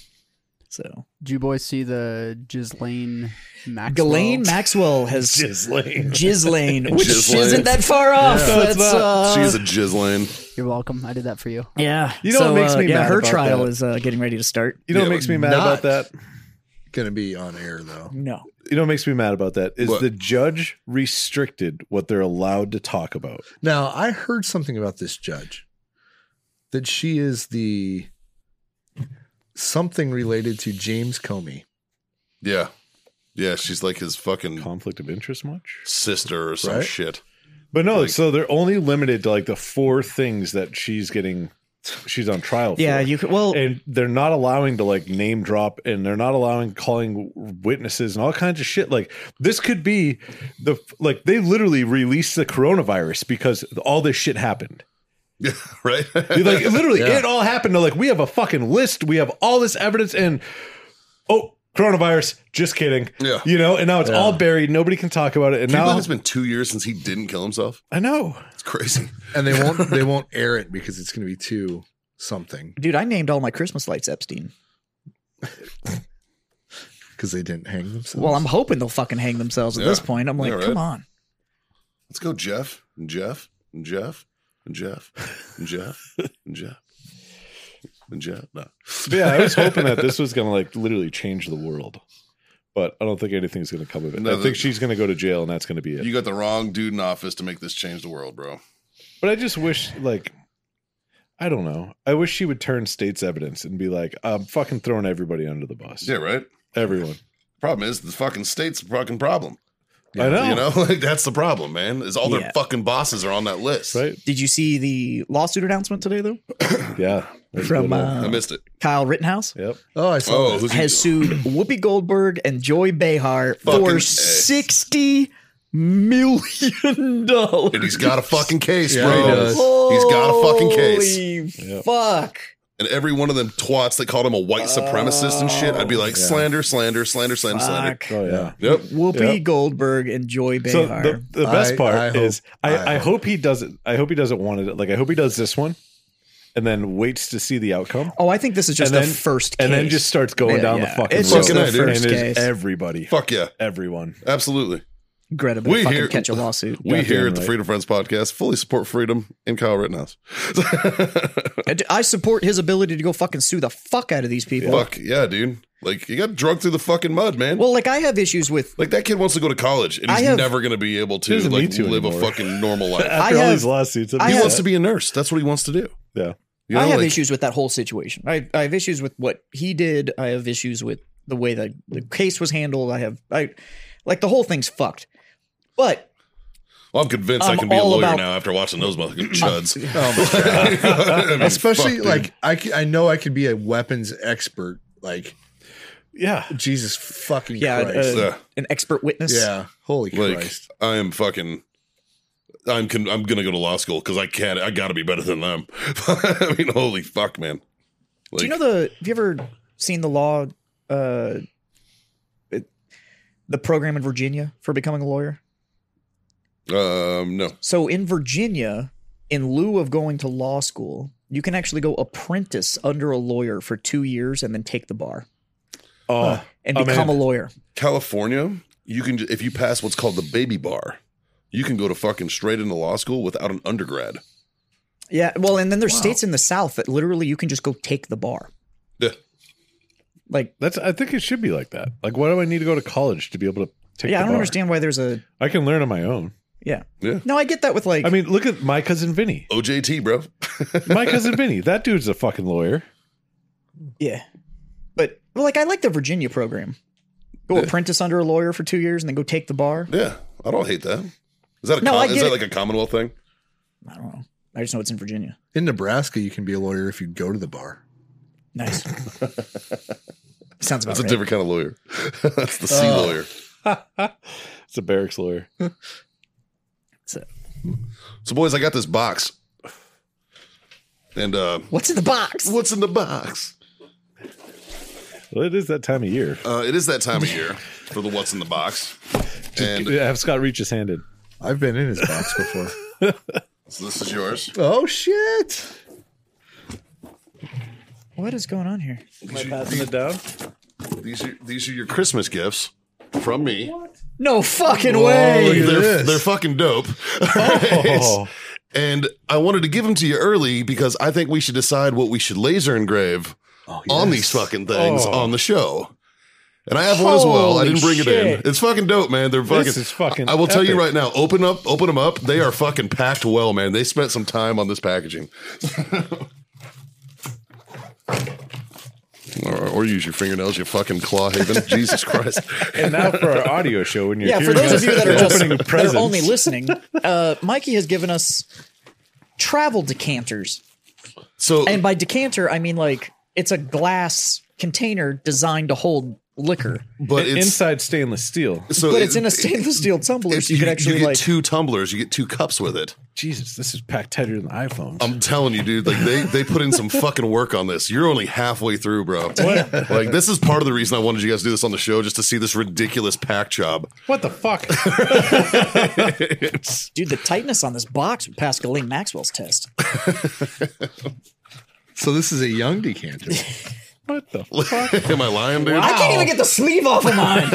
Speaker 2: So
Speaker 5: Do you boys see the Ghislaine Maxwell?
Speaker 2: Ghislaine Maxwell has
Speaker 4: Ghislaine.
Speaker 2: Ghislaine, which
Speaker 1: Ghislaine.
Speaker 2: isn't that far off. That's,
Speaker 4: it's
Speaker 2: uh,
Speaker 1: She's a jizzlane.
Speaker 5: You're welcome. I did that for you.
Speaker 2: yeah.
Speaker 4: You know what
Speaker 2: So,
Speaker 4: makes
Speaker 2: uh,
Speaker 4: me
Speaker 2: yeah,
Speaker 4: mad
Speaker 2: her
Speaker 4: about
Speaker 2: trial
Speaker 4: that?
Speaker 2: is uh, getting ready to start.
Speaker 4: You know
Speaker 1: Yeah,
Speaker 4: what makes me mad
Speaker 3: not-
Speaker 4: about that?
Speaker 3: Gonna be on air though.
Speaker 2: No.
Speaker 4: You know what makes me mad about that is
Speaker 1: What?
Speaker 4: the judge restricted what they're allowed to talk about.
Speaker 3: Now I heard something about this judge that she is the something related to James Comey.
Speaker 1: Yeah. Yeah. She's like his fucking
Speaker 4: Conflict of interest much?
Speaker 1: sister or some
Speaker 3: Right?
Speaker 1: shit.
Speaker 4: But no,
Speaker 1: Like-
Speaker 4: so they're only limited to like the four things that she's getting she's on trial for.
Speaker 2: Yeah, you could. Well,
Speaker 4: and they're not allowing to like name drop and they're not allowing calling witnesses and all kinds of shit like this could be the like they literally released the coronavirus because all this shit happened
Speaker 1: Right?
Speaker 4: like literally
Speaker 3: Yeah.
Speaker 4: it all happened they're like we have a fucking list we have all this evidence and oh coronavirus just kidding
Speaker 1: Yeah.
Speaker 4: you know and now it's all buried nobody can talk about it and
Speaker 1: Can you
Speaker 4: now
Speaker 1: believe it's been two years since he didn't kill himself?
Speaker 4: i know
Speaker 1: It's crazy.
Speaker 3: And they won't they won't air it because it's gonna be too something
Speaker 2: dude, I named all my Christmas lights Epstein.
Speaker 3: because they didn't hang themselves.
Speaker 2: Well, I'm hoping they'll fucking hang themselves at
Speaker 1: Yeah.
Speaker 2: this point. I'm like,
Speaker 1: Yeah, right.
Speaker 2: come on.
Speaker 1: Let's go, Jeff, and Jeff, and Jeff, and Jeff, and Jeff, and Jeff, and Jeff. No.
Speaker 4: But yeah i was hoping that this was gonna like literally change the world but i don't think anything's gonna come of it
Speaker 1: No,
Speaker 4: i think
Speaker 1: the-
Speaker 4: she's gonna go to jail and that's gonna be it
Speaker 1: You got the wrong dude in office to make this change the world, bro.
Speaker 4: But I just wish, like, I don't know. I wish she would turn state's evidence and be like, I'm fucking throwing everybody under the bus.
Speaker 1: Yeah, right?
Speaker 4: Everyone.
Speaker 1: Problem is, the fucking state's the fucking problem.
Speaker 4: I know.
Speaker 1: You know, like that's the problem, man. Is all
Speaker 2: Yeah.
Speaker 1: their fucking bosses are on that list.
Speaker 4: Right?
Speaker 2: Did you see the lawsuit announcement today, though?
Speaker 4: Yeah. That's
Speaker 2: From
Speaker 4: good one.
Speaker 1: I
Speaker 2: uh,
Speaker 1: missed it.
Speaker 2: Kyle Rittenhouse
Speaker 4: Yep.
Speaker 3: oh I saw
Speaker 1: Oh,
Speaker 3: that.
Speaker 1: who's he-
Speaker 2: has sued Whoopi Goldberg and Joy Behar
Speaker 1: Fucking
Speaker 2: for
Speaker 1: A.
Speaker 2: sixty million dollars.
Speaker 1: And he's got a fucking case,
Speaker 3: Yeah,
Speaker 1: bro.
Speaker 3: he does.
Speaker 1: He's got a fucking case.
Speaker 2: Holy
Speaker 4: Yep.
Speaker 2: fuck!
Speaker 1: And every one of them twats that called him a white supremacist and shit, I'd be like,
Speaker 4: Oh, Yeah.
Speaker 1: slander, slander, slander, slander, slander.
Speaker 2: Fuck.
Speaker 4: Oh, yeah.
Speaker 1: Yep.
Speaker 2: Whoopi
Speaker 4: Yep.
Speaker 2: Goldberg and Joy
Speaker 4: So
Speaker 2: Behar.
Speaker 4: the, the best
Speaker 3: I-
Speaker 4: part
Speaker 3: I hope-
Speaker 4: is I, I,
Speaker 3: I
Speaker 4: hope. he doesn't I hope he doesn't want it. Like I hope he does this one and then waits to see the outcome.
Speaker 2: oh, I think this is just
Speaker 4: and
Speaker 2: the
Speaker 4: then-
Speaker 2: first, case.
Speaker 4: And then just starts going
Speaker 2: Yeah,
Speaker 4: down
Speaker 2: yeah.
Speaker 4: the fucking
Speaker 2: It's
Speaker 1: just
Speaker 4: road.
Speaker 1: the first
Speaker 4: and it is
Speaker 2: case.
Speaker 4: everybody.
Speaker 1: Fuck yeah.
Speaker 4: Everyone.
Speaker 1: Absolutely.
Speaker 2: Greta better
Speaker 1: We
Speaker 2: fucking
Speaker 1: here-
Speaker 2: catch a lawsuit.
Speaker 1: We
Speaker 4: Goddamn
Speaker 1: here at the
Speaker 4: right.
Speaker 1: Freedom Friends podcast fully support freedom and Kyle Rittenhouse.
Speaker 2: I d- I support his ability to go fucking sue the fuck out of these people.
Speaker 1: Fuck yeah, dude. Like you got drunk through the fucking mud, man.
Speaker 2: Well, like I have issues with.
Speaker 1: like that kid wants to go to college and
Speaker 2: I
Speaker 1: he's
Speaker 2: have-
Speaker 1: never gonna be able
Speaker 4: He
Speaker 1: to
Speaker 4: doesn't
Speaker 1: like
Speaker 4: need to
Speaker 1: live a
Speaker 4: anymore.
Speaker 1: fucking normal life.
Speaker 4: After all
Speaker 2: have-
Speaker 4: these lawsuits.
Speaker 2: I
Speaker 1: he
Speaker 2: have-
Speaker 1: wants to be a nurse. That's what he wants to do.
Speaker 4: Yeah.
Speaker 1: You know,
Speaker 2: I have
Speaker 1: like,
Speaker 2: issues with that whole situation. I, I have issues with what he did. I have issues with the way that the case was handled. I have I like the whole thing's fucked. But
Speaker 1: Well, I'm convinced i
Speaker 2: I'm
Speaker 1: can be a
Speaker 2: all
Speaker 1: lawyer
Speaker 2: about- Oh,
Speaker 1: now after watching those motherfucking chuds. I mean,
Speaker 3: especially
Speaker 1: fuck, dude.
Speaker 3: like I, c- I know I could be a weapons expert. Like
Speaker 4: Yeah.
Speaker 3: Jesus fucking
Speaker 2: yeah,
Speaker 3: Christ.
Speaker 2: uh,
Speaker 1: Yeah.
Speaker 2: an expert witness.
Speaker 3: yeah, holy
Speaker 1: like
Speaker 3: Christ.
Speaker 1: I am fucking. I'm con- I'm gonna go to law school because I can't. I gotta be better than them. I mean, holy fuck, man. Like,
Speaker 2: Do you know the? Have you ever seen the law? Uh, it, the program in Virginia for becoming a lawyer.
Speaker 1: Um, no.
Speaker 2: So in Virginia, in lieu of going to law school, you can actually go apprentice under a lawyer for two years and then take the bar
Speaker 4: Oh.
Speaker 2: and
Speaker 4: Oh, man.
Speaker 2: become a lawyer.
Speaker 1: California, you can ju- if you pass what's called the baby bar, you can go to fucking straight into law school without an undergrad.
Speaker 2: Yeah, well, and then there's states in the South that literally you can just go take the bar.
Speaker 1: Yeah.
Speaker 2: Like,
Speaker 4: That's. I think it should be like that. Like, why do I need to go to college to be able to take?
Speaker 2: yeah, I
Speaker 4: the
Speaker 2: don't
Speaker 4: bar?
Speaker 2: understand why there's a
Speaker 4: I can learn on my own.
Speaker 2: yeah.
Speaker 1: Yeah.
Speaker 2: No, I get that with like.
Speaker 4: I mean, look at my cousin Vinny.
Speaker 1: OJT, bro.
Speaker 4: My cousin Vinny. That dude's a fucking lawyer.
Speaker 2: yeah, but well, like I like the Virginia program. Go apprentice under a lawyer for two years and then go take the bar.
Speaker 1: Yeah, I don't hate that. Is that a
Speaker 2: No,
Speaker 1: com-
Speaker 2: I
Speaker 1: is
Speaker 2: get
Speaker 1: that
Speaker 2: it.
Speaker 1: like a Commonwealth thing?
Speaker 2: I don't know. I just know it's in Virginia.
Speaker 3: In Nebraska, you can be a lawyer if you go to the bar.
Speaker 2: Nice. Sounds about right.
Speaker 1: That's a
Speaker 2: Uh.
Speaker 1: different kind of lawyer. That's the C lawyer.
Speaker 4: it's a barracks lawyer.
Speaker 1: So, boys, I got this box. And uh,
Speaker 2: What's in the box?
Speaker 1: what's in the box?
Speaker 4: Well, it is that time of year.
Speaker 1: Uh, it is that time of year for the what's in the box. And
Speaker 4: Yeah, have Scott reach his hand in.
Speaker 3: I've been in his box before.
Speaker 1: so this is yours.
Speaker 3: oh shit!
Speaker 2: What is going on here?
Speaker 4: Am I passing it down?
Speaker 1: These are these are your Christmas gifts from me.
Speaker 2: Oh, No fucking
Speaker 3: Look
Speaker 2: way.
Speaker 3: at
Speaker 1: They're
Speaker 3: this.
Speaker 1: they're fucking dope.
Speaker 4: Oh,
Speaker 1: And I wanted to give them to you early because I think we should decide what we should laser engrave on these fucking things
Speaker 4: Oh.
Speaker 1: on the show. And I have one as well. I
Speaker 2: Holy
Speaker 1: didn't bring it
Speaker 2: shit.
Speaker 1: in. It's fucking dope, man. They're fucking.
Speaker 4: is fucking
Speaker 1: I will tell you
Speaker 4: epic.
Speaker 1: right now. Open up, open them up. They are fucking packed well, man. They spent some time on this packaging. or, or use your fingernails, you fucking claw haven. Jesus Christ.
Speaker 4: and now for our audio show, when you're
Speaker 2: Yeah, for
Speaker 4: hearing
Speaker 2: those
Speaker 4: us
Speaker 2: of you that are just
Speaker 4: opening
Speaker 2: that
Speaker 4: presents,
Speaker 2: are only listening, uh, Mikey has given us travel decanters,
Speaker 1: So
Speaker 2: and by decanter I mean like it's a glass container designed to hold liquor,
Speaker 1: but it's
Speaker 4: inside stainless steel.
Speaker 1: so
Speaker 2: but
Speaker 1: it-
Speaker 2: it's in a stainless steel tumbler,
Speaker 1: it-
Speaker 2: so you, can actually
Speaker 1: get
Speaker 2: like
Speaker 1: two tumblers, you get two cups with it.
Speaker 4: Jesus, this is packed tighter than iPhones.
Speaker 1: I'm telling you, dude. Like they they put in some fucking work on this. You're only halfway through, bro. Like this is part of the reason I wanted you guys to do this on the show, just to see this ridiculous pack job.
Speaker 4: what the fuck?
Speaker 2: dude. The tightness on this box would pass Ghislaine Maxwell's test.
Speaker 3: So this is a young decanter.
Speaker 4: what the fuck?
Speaker 1: Am I lying, dude?
Speaker 2: I can't even get the sleeve off of mine.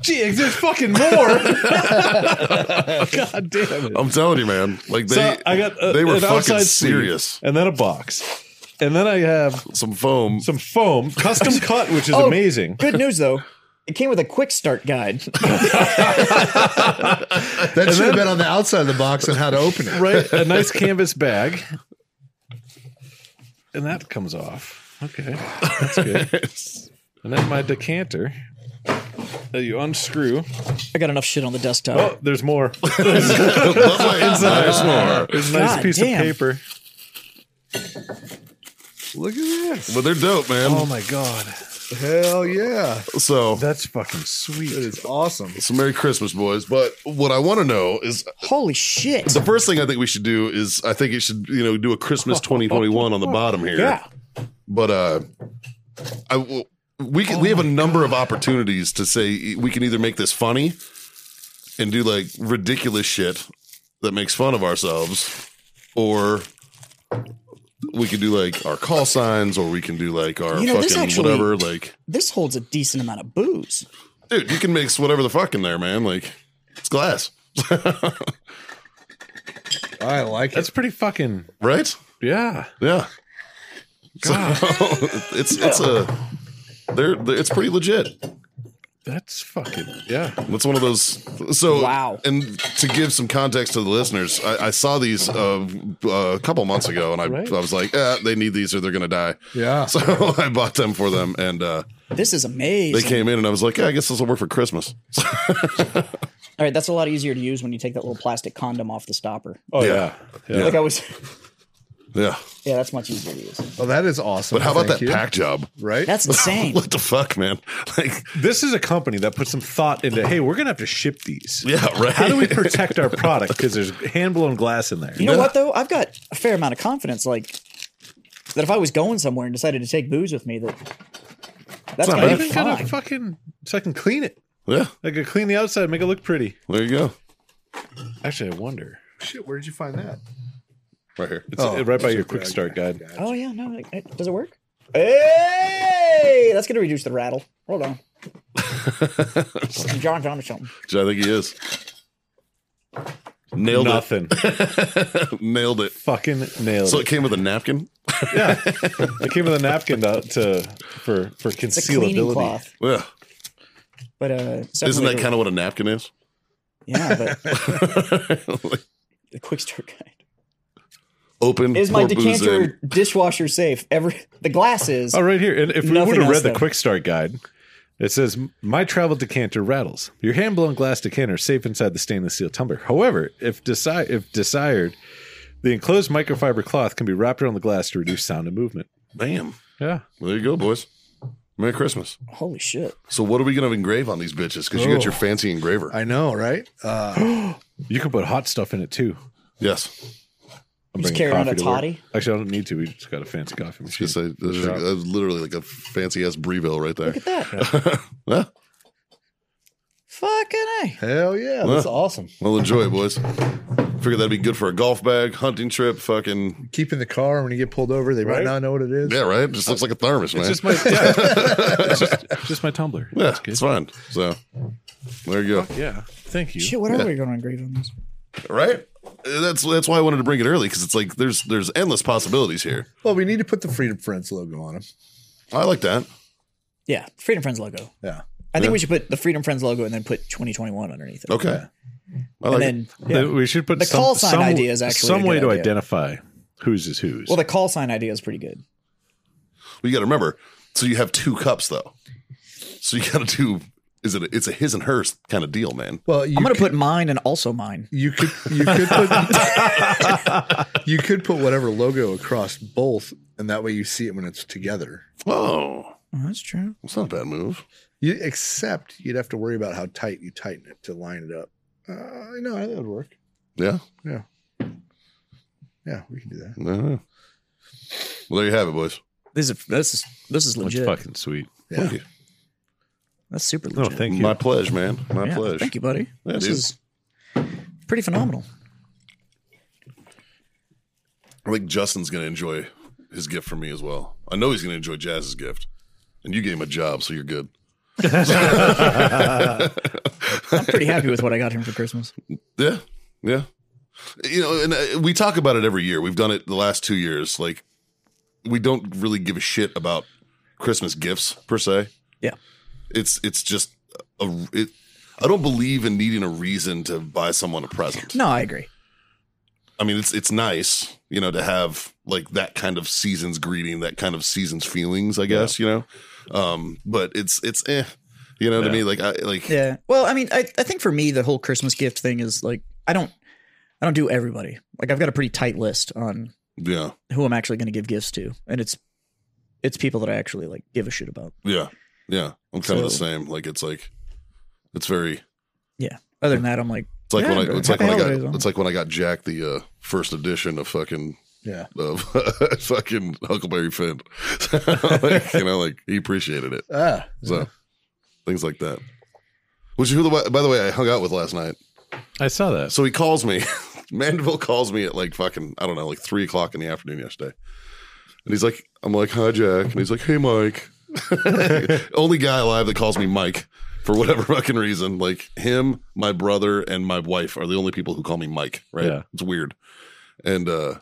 Speaker 4: Gee, there's fucking more. God damn it.
Speaker 1: I'm telling you, man. Like um, they
Speaker 4: So I got a,
Speaker 1: they were
Speaker 4: an
Speaker 1: fucking
Speaker 4: outside sleeve,
Speaker 1: serious.
Speaker 4: and then a box, and then I have
Speaker 1: Some foam.
Speaker 4: some foam, custom cut, which is
Speaker 2: Oh.
Speaker 4: amazing.
Speaker 2: Good news though. It came with a quick start guide.
Speaker 3: That should have been on the outside of the box on how to open it.
Speaker 4: Right, a nice canvas bag, and that comes off. Okay, that's good. and then my decanter that you unscrew.
Speaker 2: I got enough shit on the desktop.
Speaker 4: Oh, there's more.
Speaker 1: Love my inside.
Speaker 4: There's a nice
Speaker 2: God
Speaker 4: piece
Speaker 2: damn.
Speaker 4: of paper. Look at this.
Speaker 1: But they're dope, man.
Speaker 4: Oh my god,
Speaker 3: Hell yeah!
Speaker 1: so
Speaker 4: that's fucking sweet.
Speaker 3: That is awesome.
Speaker 1: so Merry Christmas, boys. But what I want to know is
Speaker 2: Holy shit.
Speaker 1: the first thing I think we should do is I think it should you know do a Christmas 2021 on the bottom here.
Speaker 4: Yeah.
Speaker 1: but uh I w we can, we have a
Speaker 2: Oh
Speaker 1: number of opportunities to say we can either make this funny and do like ridiculous shit that makes fun of ourselves or we can do like our call signs or we can do like our
Speaker 2: You know, this
Speaker 1: fucking
Speaker 2: actually-
Speaker 1: whatever like
Speaker 2: This holds a decent amount of booze.
Speaker 1: dude you can mix whatever the fuck in there man like it's glass
Speaker 3: I like
Speaker 4: That's
Speaker 3: it.
Speaker 4: pretty fucking
Speaker 1: right
Speaker 4: yeah.
Speaker 1: yeah so it's it's a they're, they're it's pretty legit
Speaker 4: That's fucking yeah.
Speaker 1: That's one of those. So
Speaker 2: Wow.
Speaker 1: And to give some context to the listeners, I, I saw these uh, a couple months ago, and I,
Speaker 4: Right.
Speaker 1: I was like, eh, they need these or they're gonna die.
Speaker 3: Yeah.
Speaker 1: So I bought them for them, and uh,
Speaker 2: This is
Speaker 1: they
Speaker 2: amazing.
Speaker 1: came in, and I was like, yeah, I guess this will work for Christmas.
Speaker 2: All right, that's a lot easier to use when you take that little plastic condom off the stopper.
Speaker 4: Oh
Speaker 1: Yeah.
Speaker 4: yeah. Yeah.
Speaker 2: Like I was,
Speaker 1: Yeah.
Speaker 2: yeah, that's much easier to use.
Speaker 3: Well, Oh, that is awesome.
Speaker 1: But how about
Speaker 3: Thank
Speaker 1: that
Speaker 3: you.
Speaker 1: pack job?
Speaker 3: Right?
Speaker 2: That's insane.
Speaker 1: What the fuck, man? Like,
Speaker 4: This is a company that put some thought into. Hey, we're gonna have to ship these.
Speaker 1: yeah, right.
Speaker 4: How do we protect our product? Because there's hand blown glass in there.
Speaker 2: You know what though? I've got a fair amount of confidence, like that if I was going somewhere and decided to take booze with me, that that's
Speaker 4: I
Speaker 2: gonna be
Speaker 4: even got
Speaker 2: fine.
Speaker 4: a fucking so I can clean it.
Speaker 1: yeah.
Speaker 4: I could clean the outside, make it look pretty.
Speaker 1: There you go.
Speaker 4: Actually, I wonder.
Speaker 3: Shit, where did you find that?
Speaker 1: Right here.
Speaker 4: It's uh, right by your quick start guide.
Speaker 2: oh yeah, no, like, it- does it work? Hey, that's gonna reduce the rattle. Hold on. John John something.
Speaker 1: Which I think he is. Nailed
Speaker 4: Nothing.
Speaker 1: it. Nailed it.
Speaker 4: fucking nailed.
Speaker 1: So
Speaker 4: So
Speaker 1: it came with a napkin.
Speaker 4: yeah, it came with a napkin to, to for for
Speaker 2: It's a cleaning
Speaker 4: concealability.
Speaker 2: cloth.
Speaker 1: Yeah.
Speaker 2: But uh
Speaker 1: Isn't that kind of what a napkin is?
Speaker 2: Yeah, but the quick start guide.
Speaker 1: Open.
Speaker 2: Is my
Speaker 1: pour booze in.
Speaker 2: decanter dishwasher safe? Every the glass is.
Speaker 4: Oh, right here. And if we
Speaker 2: Nothing
Speaker 4: would have
Speaker 2: else
Speaker 4: read the
Speaker 2: then.
Speaker 4: quick start guide, it says my travel decanter rattles. Your hand blown glass decanter is safe inside the stainless steel tumbler. However, if desi- if desired, the enclosed microfiber cloth can be wrapped around the glass to reduce sound and movement.
Speaker 1: Bam.
Speaker 4: Yeah.
Speaker 1: Well, there you go, boys. Merry Christmas.
Speaker 2: Holy shit.
Speaker 1: So what are we gonna engrave on these bitches? Because you got your
Speaker 3: Oh.
Speaker 1: fancy engraver.
Speaker 3: I know, right? Uh,
Speaker 4: You can put hot stuff in it too.
Speaker 1: yes.
Speaker 4: I'm
Speaker 2: Just
Speaker 4: bringing
Speaker 2: carry around
Speaker 4: coffee
Speaker 2: a
Speaker 4: to work.
Speaker 2: toddy?
Speaker 4: Actually, I don't need to. We just got a fancy coffee
Speaker 1: It's
Speaker 4: machine.
Speaker 1: just a, there's a-
Speaker 4: Shop.
Speaker 1: that's literally like a fancy ass Breville right there.
Speaker 2: Look at that.
Speaker 1: Yeah.
Speaker 2: Fucking A.
Speaker 3: hell yeah, that's
Speaker 1: Huh.
Speaker 3: awesome.
Speaker 1: Well, enjoy it, boys. Figure that'd be good for a golf bag, hunting trip, fucking
Speaker 3: Keep in the car when you get pulled over. They might
Speaker 4: Right?
Speaker 3: not know what it is.
Speaker 1: yeah, right. Just looks like a thermos, man.
Speaker 4: It's just my yeah. it's just, it's just my tumbler.
Speaker 1: yeah,
Speaker 4: That's good.
Speaker 1: it's fine. So there you go.
Speaker 4: Yeah. Thank you.
Speaker 2: Shit, what are we going to engrave on this?
Speaker 1: Right. That's that's why I wanted to bring it early because it's like there's there's endless possibilities here.
Speaker 3: Well, we need to put the Freedom Friends logo on them.
Speaker 1: I like that.
Speaker 2: Yeah, Freedom Friends logo.
Speaker 3: Yeah.
Speaker 2: I think we should put the Freedom Friends logo and then put 2021 underneath it.
Speaker 1: Okay. I
Speaker 2: And
Speaker 1: like it.
Speaker 2: then, yeah.
Speaker 4: Uh, We should put
Speaker 2: The
Speaker 4: some,
Speaker 2: call sign
Speaker 4: some-
Speaker 2: idea is actually
Speaker 4: some
Speaker 2: a
Speaker 4: way
Speaker 2: good
Speaker 4: to
Speaker 2: idea.
Speaker 4: identify whose is whose.
Speaker 2: well, the call sign idea is pretty good.
Speaker 1: But you got to remember, so you have two cups though. So you got to do is it? A, it's a his and hers kind of deal, man.
Speaker 3: Well, you
Speaker 2: I'm going to
Speaker 3: could,
Speaker 2: put mine and also mine.
Speaker 3: you could you could put you could put whatever logo across both, and that way you see it when it's together.
Speaker 1: Oh,
Speaker 2: Oh, that's true.
Speaker 1: it's not a bad move.
Speaker 3: You except you'd have to worry about how tight you tighten it to line it up. Uh, no, that would work.
Speaker 1: Yeah.
Speaker 3: Yeah, yeah, we can do that.
Speaker 1: No. Well, there you have it, boys.
Speaker 2: This is this is this is
Speaker 4: That's
Speaker 2: legit.
Speaker 4: fucking sweet.
Speaker 3: Yeah.
Speaker 1: Thank you.
Speaker 2: That's super
Speaker 4: No,
Speaker 2: legit.
Speaker 4: thank you.
Speaker 1: My pledge, man. My
Speaker 2: Yeah,
Speaker 1: pledge.
Speaker 2: Thank you, buddy.
Speaker 1: Yeah,
Speaker 2: this
Speaker 1: dude.
Speaker 2: is pretty phenomenal.
Speaker 1: I think Justin's going to enjoy his gift from me as well. I know he's going to enjoy Jazz's gift. And you gave him a job, so you're good.
Speaker 2: I'm pretty happy with what I got him for Christmas.
Speaker 1: Yeah. Yeah. You know, and uh, we talk about it every year. We've done it the last two years. Like, we don't really give a shit about Christmas gifts per se.
Speaker 2: Yeah.
Speaker 1: It's it's just a. It, I don't believe in needing a reason to buy someone a present.
Speaker 2: No, I agree.
Speaker 1: I mean, it's it's nice, you know, to have like that kind of season's greeting, that kind of season's feelings, I guess, you know. Um, but it's it's eh, you know what I mean? Like I like
Speaker 2: Yeah. Well, I mean, I, I think for me the whole Christmas gift thing is like I don't I don't do everybody. Like I've got a pretty tight list on
Speaker 1: yeah,
Speaker 2: who I'm actually going to give gifts to, and it's it's people that I actually like give a shit about.
Speaker 1: yeah, yeah. I'm kind of the
Speaker 2: So-
Speaker 1: same. Like it's like it's very
Speaker 2: Yeah. Other than that, I'm like
Speaker 1: it's like
Speaker 2: Yeah,
Speaker 1: when I
Speaker 2: bro.
Speaker 1: it's like
Speaker 2: Happy
Speaker 1: when I
Speaker 2: holidays,
Speaker 1: got
Speaker 2: man.
Speaker 1: it's like when I got Jack the uh, first edition of fucking
Speaker 3: Yeah,
Speaker 1: of fucking Huckleberry Finn. like, you know, like he appreciated it.
Speaker 3: ah,
Speaker 1: So things like that. Which is who the by the way I hung out with last night.
Speaker 4: I saw that.
Speaker 1: So he calls me. Mandeville calls me at like fucking, I don't know, like three o'clock in the afternoon yesterday. And he's like, I'm like, hi, Jack. And he's like, hey, Mike. Only guy alive that calls me Mike for whatever fucking reason. Like him, my brother, and my wife are the only people who call me Mike, right?
Speaker 4: Yeah.
Speaker 1: It's weird. And uh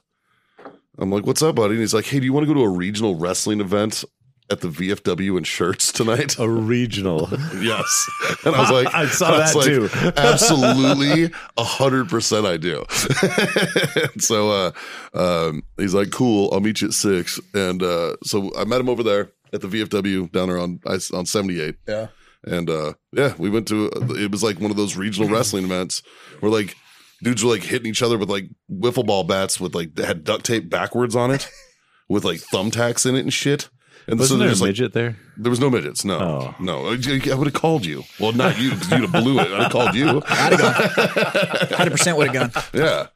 Speaker 1: I'm like, what's up, buddy? And he's like, hey, do you want to go to a regional wrestling event at the VFW in shirts tonight?
Speaker 4: A regional.
Speaker 1: Yes. And I was like,
Speaker 4: I saw
Speaker 1: was
Speaker 4: that too.
Speaker 1: absolutely, a hundred percent, I do. And so uh, um, he's like, cool, I'll meet you at six. And uh, so I met him over there at the VFW down there on I- on seventy eight.
Speaker 3: yeah.
Speaker 1: And uh, yeah, we went to it was like one of those regional wrestling events where like dudes were like hitting each other with like wiffle ball bats with like that had duct tape backwards on it with like thumbtacks in it and shit. And
Speaker 4: Wasn't there
Speaker 1: they're
Speaker 4: a
Speaker 1: just, like,
Speaker 4: midget there?
Speaker 1: there was no midgets. No,
Speaker 4: Oh.
Speaker 1: no. I, would have called you. Well, not you because you'd have blew it. I'd have called you.
Speaker 2: hundred percent would have gone.
Speaker 1: Yeah.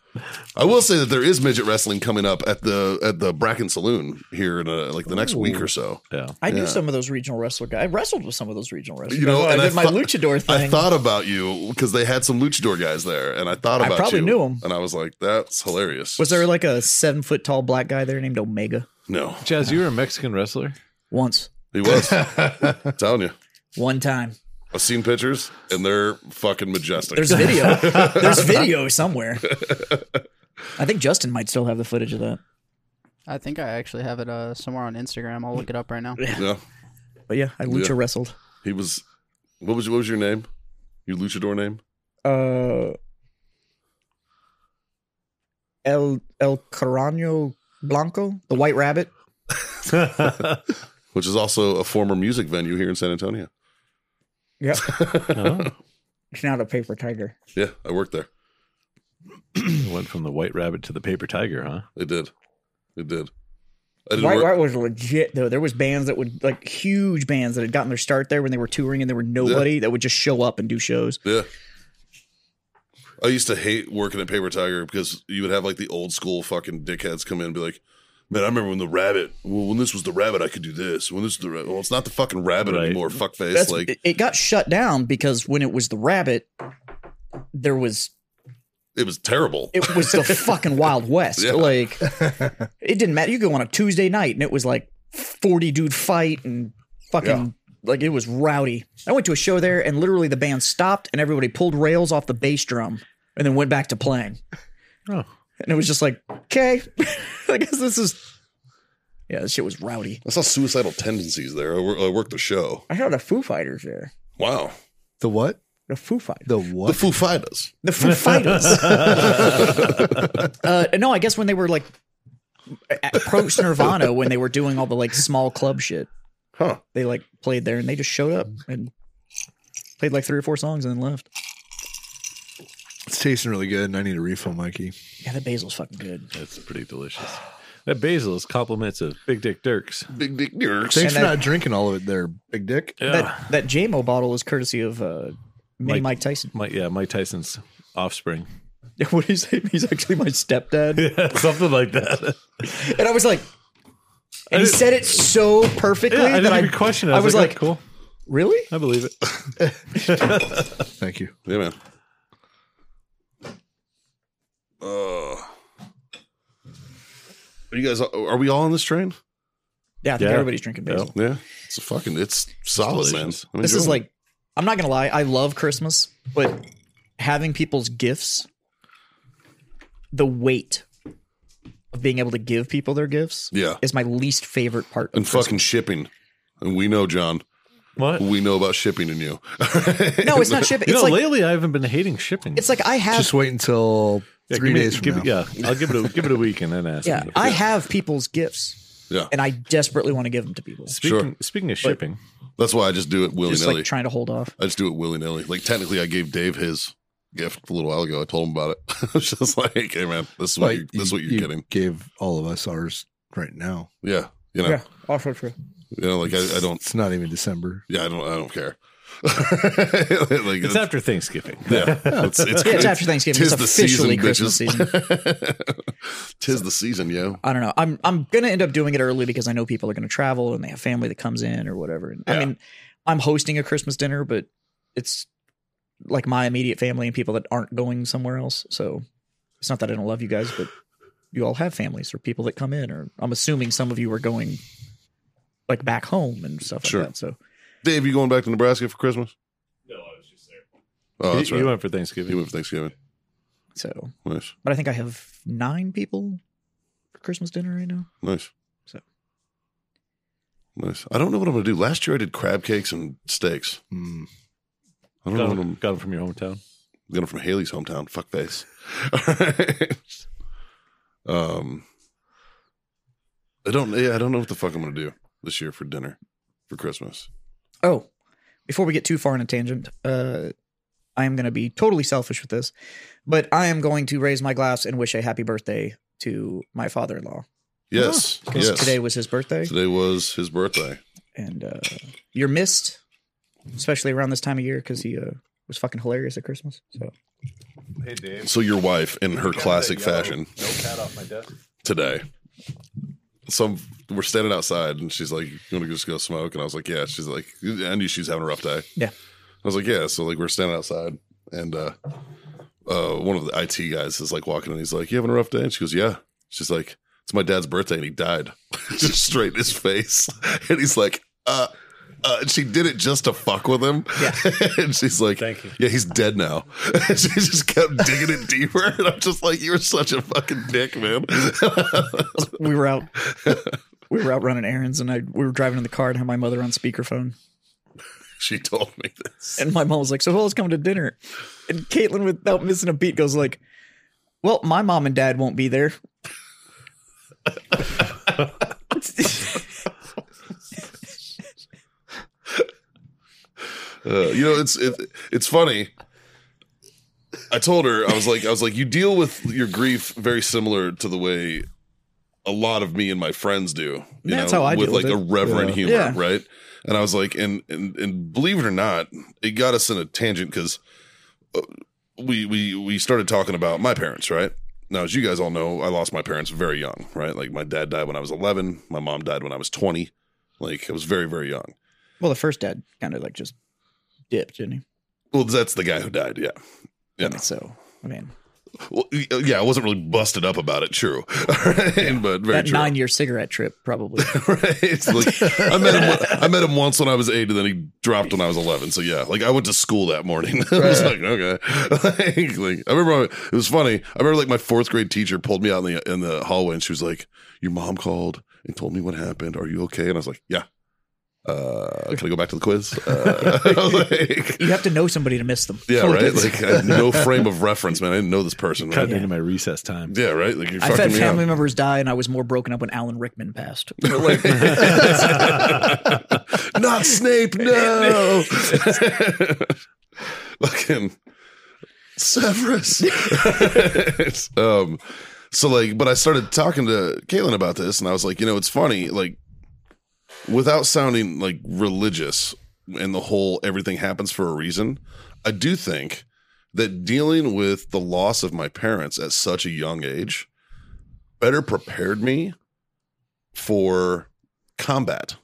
Speaker 1: I will say that there is midget wrestling coming up at the at the Bracken Saloon here in uh like the next week or so.
Speaker 4: Yeah.
Speaker 2: I knew some of those regional wrestler guys. I wrestled with some of those regional wrestlers.
Speaker 1: You know,
Speaker 2: Oh, I
Speaker 1: and
Speaker 2: did
Speaker 1: I
Speaker 2: my
Speaker 1: thought-
Speaker 2: luchador thing.
Speaker 1: I thought about you because they had some luchador guys there, and I thought
Speaker 2: I
Speaker 1: about
Speaker 2: probably
Speaker 1: you,
Speaker 2: knew 'em.
Speaker 1: and I was like, "That's hilarious."
Speaker 2: Was there like a seven foot tall black guy there named Omega?
Speaker 1: No,
Speaker 4: Jazz, you were a Mexican wrestler.
Speaker 2: Once,
Speaker 1: he was. telling you,
Speaker 2: one time.
Speaker 1: I've seen pictures, and they're fucking majestic.
Speaker 2: There's video. There's video somewhere. I think Justin might still have the footage of that.
Speaker 5: I think I actually have it uh, somewhere on Instagram. I'll look it up right now.
Speaker 1: yeah,
Speaker 2: But yeah, I lucha
Speaker 1: Yeah.
Speaker 2: wrestled.
Speaker 1: he was. What was what was your name? Your luchador name?
Speaker 2: Uh, El El Carano Blanco, the White Rabbit.
Speaker 1: Which is also a former music venue here in San Antonio.
Speaker 2: Yep. It's not a paper tiger.
Speaker 1: Yeah, I worked there.
Speaker 4: Went from the white rabbit to the paper tiger, huh?
Speaker 1: It did. It did. I didn't
Speaker 2: White
Speaker 1: work.
Speaker 2: Riot was legit though. There was bands that would like huge bands that had gotten their start there when they were touring and they were nobody that would just show up and do shows.
Speaker 1: Yeah. I used to hate working at Paper Tiger because you would have like the old school fucking dickheads come in and be like, man, I remember when the rabbit, well, when this was the rabbit, I could do this. When this is the rabbit, well, it's not the fucking rabbit
Speaker 4: Right.
Speaker 1: anymore, fuckface.
Speaker 2: That's
Speaker 1: like,
Speaker 2: it, it got shut down because when it was the Rabbit, there was
Speaker 1: it was terrible.
Speaker 2: it was the fucking Wild West.
Speaker 1: Yeah.
Speaker 2: Like it didn't matter. You go on a Tuesday night and it was like forty dude fight and fucking
Speaker 1: Yeah.
Speaker 2: like it was rowdy. I went to a show there and literally the band stopped and everybody pulled rails off the bass drum and then went back to playing.
Speaker 4: Oh.
Speaker 2: And it was just like, okay, I guess this is. Yeah, this shit was rowdy.
Speaker 1: I saw suicidal tendencies there. I, wor- I worked the show.
Speaker 2: I heard the Foo Fighters there.
Speaker 1: Wow.
Speaker 3: The what?
Speaker 2: The Foo Fighters.
Speaker 3: The
Speaker 1: The
Speaker 3: what?
Speaker 1: Foo Fighters.
Speaker 2: The Foo Fighters. uh, no, I guess when they were like at approached Nirvana when they were doing all the like small club shit.
Speaker 1: Huh.
Speaker 2: They like played there and they just showed up and played like three or four songs and then left.
Speaker 3: it's tasting really good, and I need a refill, Mikey.
Speaker 2: Yeah, that basil's fucking good.
Speaker 4: That's pretty delicious. That basil is compliments of Big Dick Dirks.
Speaker 1: Big dick nerds.
Speaker 3: Thanks
Speaker 2: And
Speaker 3: for
Speaker 2: that-
Speaker 3: not drinking all of it, there, Big Dick.
Speaker 2: That that JMO bottle is courtesy of uh, Mini
Speaker 4: Mike.
Speaker 2: Mike, Tyson.
Speaker 4: Mike, yeah, Mike Tyson's offspring.
Speaker 2: what do you say? He's actually my stepdad.
Speaker 4: Something like that.
Speaker 2: And I was like, and he
Speaker 4: didn't-
Speaker 2: said it so perfectly
Speaker 4: Yeah, I
Speaker 2: that
Speaker 4: didn't
Speaker 2: I,
Speaker 4: even question it.
Speaker 2: I was
Speaker 4: "Oh,
Speaker 2: like,
Speaker 4: cool.
Speaker 2: really?
Speaker 4: I believe it.
Speaker 3: Thank you.
Speaker 1: Yeah, man. Uh, are you guys, are we all on this train?
Speaker 2: Yeah, I think
Speaker 4: Yeah.
Speaker 2: everybody's drinking basil.
Speaker 4: Yeah.
Speaker 1: Yeah. It's a fucking, it's solid, man.
Speaker 4: delicious.
Speaker 1: I'm
Speaker 2: This is
Speaker 1: enjoying
Speaker 2: like, I'm not gonna lie, I love Christmas, but having people's gifts, the weight of being able to give people their gifts,
Speaker 1: it. yeah.
Speaker 2: is my least favorite part. Of
Speaker 1: And fucking shipping. And we know, John,
Speaker 4: What?
Speaker 1: we know about shipping and you.
Speaker 2: no, it's not shipping.
Speaker 4: You
Speaker 2: It's
Speaker 4: know,
Speaker 2: like
Speaker 4: lately I haven't been hating shipping.
Speaker 2: it's like I have
Speaker 3: Just wait until
Speaker 4: Yeah,
Speaker 3: three
Speaker 4: give me-
Speaker 3: days from
Speaker 4: give
Speaker 3: now.
Speaker 4: me- Yeah, I'll give it a give it a week and then ask.
Speaker 2: yeah,
Speaker 4: them.
Speaker 2: I have people's gifts,
Speaker 1: yeah.
Speaker 2: and I desperately want to give them to people. It's
Speaker 4: Speaking,
Speaker 1: Sure.
Speaker 4: speaking of shipping,
Speaker 1: That's why I just do it willy
Speaker 2: Just
Speaker 1: nilly.
Speaker 2: like trying to hold off.
Speaker 1: I just do it willy nilly. Like technically, I gave Dave his gift a little while ago. I told him about it. I was just like, "Hey man, this is what
Speaker 3: Like,
Speaker 1: you, this is what you're
Speaker 3: you
Speaker 1: getting."
Speaker 3: Gave all of us ours right now.
Speaker 1: Yeah, you know,
Speaker 2: also true.
Speaker 1: you know, like I, I don't.
Speaker 3: It's not even December.
Speaker 1: Yeah, I don't. I don't care. like
Speaker 4: it's after Thanksgiving.
Speaker 1: yeah, it's it's,
Speaker 2: Yeah, it's after Thanksgiving. It's officially Christmas
Speaker 1: season. Tis the season, yo.
Speaker 2: I don't know. I'm I'm gonna end up doing it early because I know people are gonna travel and they have family that comes in or whatever. And I
Speaker 1: Yeah.
Speaker 2: mean, I'm hosting a Christmas dinner, but it's like my immediate family and people that aren't going somewhere else. So it's not that I don't love you guys, but you all have families or people that come in, or I'm assuming some of you are going like back home and stuff like
Speaker 1: Sure.
Speaker 2: that. So
Speaker 1: Dave, you going back to Nebraska for Christmas? No, I
Speaker 4: You-
Speaker 1: was just there.
Speaker 4: You
Speaker 1: Oh, that's right.
Speaker 4: went for Thanksgiving.
Speaker 1: You went for Thanksgiving.
Speaker 2: so
Speaker 1: Nice,
Speaker 2: but I think I have nine people for Christmas dinner right now.
Speaker 1: nice.
Speaker 2: So.
Speaker 1: Nice. I don't know what I'm gonna do. Last year I did crab cakes and steaks.
Speaker 2: Hmm.
Speaker 3: Mm.
Speaker 1: I don't know
Speaker 4: got,
Speaker 1: what I'm
Speaker 4: them, got 'em from your hometown.
Speaker 1: Then I'm from Haley's hometown. Fuck face. Alright. um, I don't. Yeah, I don't know what the fuck I'm gonna do this year for dinner for Christmas.
Speaker 2: Oh, before we get too far on a tangent, uh, I am going to be totally selfish with this, but I am going to raise my glass and wish a happy birthday to my father-in-law.
Speaker 1: Yes,
Speaker 2: 'Cause
Speaker 1: yes.
Speaker 2: Today was his birthday,
Speaker 1: Today was his birthday.
Speaker 2: and uh, you're missed, especially around this time of year, because he uh, was fucking hilarious at Christmas. So
Speaker 4: Hey Dave,
Speaker 1: So your wife, in her classic fashion,
Speaker 4: notepad off my desk.
Speaker 1: today. Some we're standing outside, and she's like, "You want to just go smoke?" And I was like, "Yeah." She's like, "I knew she was having a rough day."
Speaker 2: Yeah.
Speaker 1: I was like, "Yeah." So like we're standing outside, and uh, uh, one of the IT guys is like walking, and he's like, "You having a rough day?" And she goes, "Yeah." She's like, "It's my dad's birthday, and he died." just straight in his face, and he's like, "Uh." Uh, and she did it just to fuck with him.
Speaker 2: Yeah.
Speaker 1: and she's like,
Speaker 4: Thank you.
Speaker 1: Yeah, he's dead now. she just kept digging it deeper. And I'm just like, You were such a fucking dick, man.
Speaker 2: we were out, we were out running errands, and I we were driving in the car and had my mother on speakerphone.
Speaker 1: She told me this.
Speaker 2: And my mom was like, "So who else coming to dinner?" And Caitlin, without missing a beat, goes like, "Well, my mom and dad won't be there."
Speaker 1: Uh, you know, it's it, it's funny. I told her I was like I was like you deal with your grief very similar to the way a lot of me and my friends do. You
Speaker 2: That's
Speaker 1: know,
Speaker 2: how I
Speaker 1: with
Speaker 2: deal
Speaker 1: like
Speaker 2: with
Speaker 1: a
Speaker 2: it.
Speaker 1: reverent
Speaker 4: Yeah.
Speaker 1: humor,
Speaker 2: Yeah.
Speaker 1: right? And I was like, and, and and believe it or not, it got us in a tangent because we we we started talking about my parents, right? Now, as you guys all know, I lost my parents very young, right? Like my dad died when I was 11, my mom died when I was 20. Like I was very very young.
Speaker 2: Well, the first dad kind of like just dipped, didn't he?
Speaker 1: Well, that's the guy who died, yeah. Yeah.
Speaker 2: So I mean,
Speaker 1: Well, uh, yeah, I wasn't really busted up about it, true. but very
Speaker 2: that
Speaker 1: true.
Speaker 2: nine-year cigarette trip probably.
Speaker 1: right? It's like, I met him. I met him once when I was eight, and then he dropped when I was eleven. So yeah, like I went to school that morning. I was like, okay. like, like, I remember it was funny. I remember like my fourth grade teacher pulled me out in the in the hallway, and she was like, "Your mom called and told me what happened. Are you okay?" And I was like, "Yeah." Uh, can I go back to the quiz? Uh, I was like,
Speaker 2: you have to know somebody to miss them.
Speaker 1: yeah, right. Like, I had no frame of reference, man. I didn't know this person.
Speaker 4: Cut
Speaker 1: Right?
Speaker 4: into my recess time.
Speaker 1: Yeah, right. Like, you're
Speaker 2: I've
Speaker 1: fucking
Speaker 2: had
Speaker 1: me up.
Speaker 2: family members die, and I was more broken up when Alan Rickman passed.
Speaker 1: Like- not Snape, no. Fucking Severus. um, so like, but I started talking to Caitlin about this, and I was like, you know, it's funny, like, without sounding like religious and the whole everything happens for a reason. I do think that dealing with the loss of my parents at such a young age better prepared me for combat,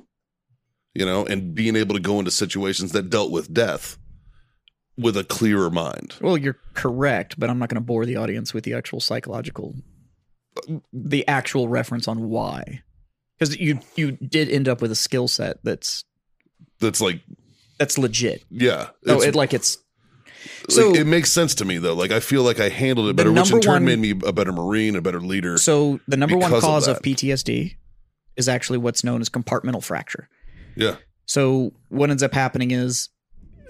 Speaker 1: you know, and being able to go into situations that dealt with death with a clearer mind.
Speaker 2: Well, you're correct, but I'm not going to bore the audience with the actual psychological, the actual reference on why, because you you did end up with a skill set that's
Speaker 1: That's like,
Speaker 2: that's legit.
Speaker 1: yeah,
Speaker 2: Oh,
Speaker 1: it's-
Speaker 2: it like it's
Speaker 1: like,
Speaker 2: so-
Speaker 1: it makes sense to me though. Like I feel like I handled it
Speaker 2: The
Speaker 1: better, which in
Speaker 2: number
Speaker 1: turn
Speaker 2: one-
Speaker 1: made me a better marine, a better leader.
Speaker 2: so the number one
Speaker 1: Because of
Speaker 2: cause
Speaker 1: that.
Speaker 2: of PTSD is actually what's known as compartmental fracture.
Speaker 1: yeah,
Speaker 2: So what ends up happening is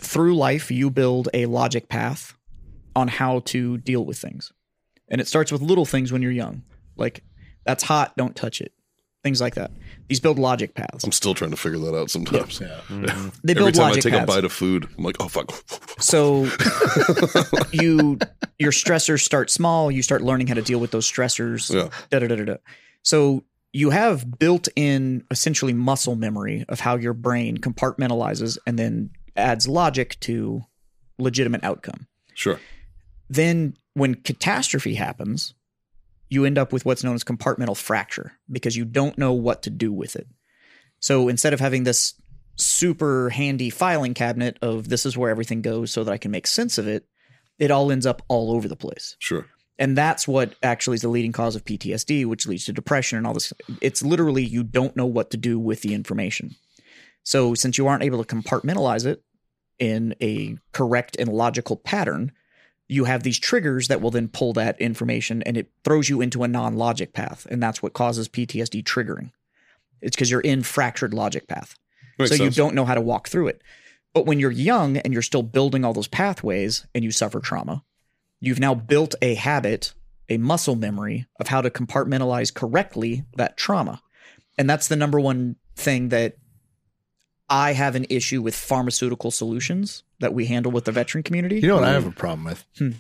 Speaker 2: through life you build a logic path on how to deal with things. And it starts with little things when you're young. Like that's hot, don't touch it. Things like that. These build logic paths.
Speaker 1: I'm still trying to figure that out sometimes.
Speaker 2: Mm-hmm. They
Speaker 1: Every
Speaker 2: build
Speaker 1: time I
Speaker 2: logic
Speaker 1: take a
Speaker 2: paths.
Speaker 1: bite of food, I'm like, oh fuck.
Speaker 2: So you your stressors start small, you start learning how to deal with those stressors.
Speaker 1: Yeah.
Speaker 2: Da, da, da, da, da. So you have built in essentially muscle memory of how your brain compartmentalizes and then adds logic to legitimate outcome.
Speaker 1: Sure.
Speaker 2: Then when catastrophe happens, you end up with what's known as compartmental fracture because you don't know what to do with it. So instead of having this super handy filing cabinet of this is where everything goes so that I can make sense of it, it all ends up all over the place.
Speaker 1: Sure.
Speaker 2: And that's what actually is the leading cause of PTSD, which leads to depression and all this. It's literally you don't know what to do with the information. So since you aren't able to compartmentalize it in a correct and logical pattern, you have these triggers that will then pull that information and it throws you into a non-logic path and that's what causes PTSD triggering. It's because you're in fractured logic path
Speaker 1: Makes
Speaker 2: so
Speaker 1: sense.
Speaker 2: you don't know how to walk through it. But when you're young and you're still building all those pathways and you suffer trauma, you've now built a habit, a muscle memory of how to compartmentalize correctly that trauma. And that's the number one thing that I have an issue with pharmaceutical solutions that we handle with the veteran community.
Speaker 3: You know what I have a problem with?
Speaker 2: Hmm.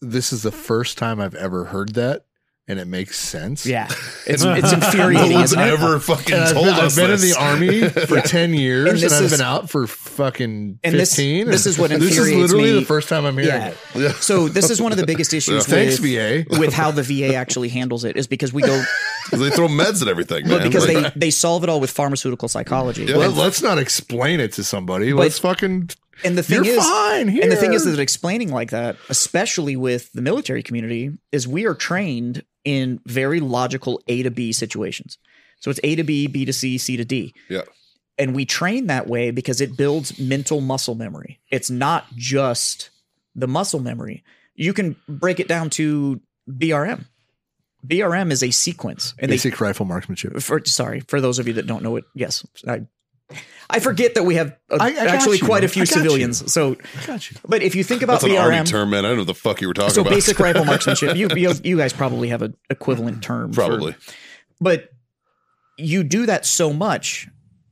Speaker 3: This is the first time I've ever heard that, and it makes sense.
Speaker 2: yeah. It's it's infuriating.
Speaker 1: no one's
Speaker 2: isn't it?
Speaker 1: ever fucking
Speaker 3: And I've
Speaker 1: told
Speaker 3: been, I've
Speaker 1: us
Speaker 3: been in
Speaker 1: this.
Speaker 3: the army for
Speaker 2: Yeah.
Speaker 3: ten years,
Speaker 2: And
Speaker 3: and,
Speaker 2: this
Speaker 3: I've
Speaker 2: is-
Speaker 3: been out for fucking
Speaker 2: And this-
Speaker 3: fifteen.
Speaker 2: this
Speaker 3: and
Speaker 2: is what
Speaker 3: this is
Speaker 2: infuriates
Speaker 3: literally
Speaker 2: me.
Speaker 3: the first time I'm hearing
Speaker 2: Yeah.
Speaker 3: it.
Speaker 1: Yeah.
Speaker 2: So this is one of the biggest issues
Speaker 3: Thanks,
Speaker 2: with,
Speaker 3: VA.
Speaker 2: with how the VA actually handles it is because we go
Speaker 1: 'Cause they throw meds at everything, man.
Speaker 2: but because
Speaker 1: Like,
Speaker 2: they, they solve it all with pharmaceutical psychology.
Speaker 1: Yeah.
Speaker 3: Let, let's not explain it to somebody. Let's fucking.
Speaker 2: And the
Speaker 3: You're
Speaker 2: thing is,
Speaker 3: fine here.
Speaker 2: and the thing is that explaining like that, especially with the military community, is we are trained in very logical A to B situations. So it's A to B, B to C, C to D.
Speaker 1: Yeah.
Speaker 2: And we train that way because it builds mental muscle memory. It's not just the muscle memory. You can break it down to BRM. BRM is a sequence, and they
Speaker 3: basic rifle marksmanship.
Speaker 2: for sorry for those of you that don't know it yes i i forget that we have uh
Speaker 3: I- I got
Speaker 2: actually
Speaker 3: you.
Speaker 2: quite a
Speaker 3: I
Speaker 2: few
Speaker 3: got
Speaker 2: civilians so
Speaker 3: Got you.
Speaker 2: but if you think about
Speaker 1: that's an army
Speaker 2: brm
Speaker 1: term, man. I don't know the fuck you were talking
Speaker 2: E so
Speaker 1: about.
Speaker 2: basic rifle marksmanship you, you you guys probably have an equivalent term for-
Speaker 1: Probably.
Speaker 2: but you do that so much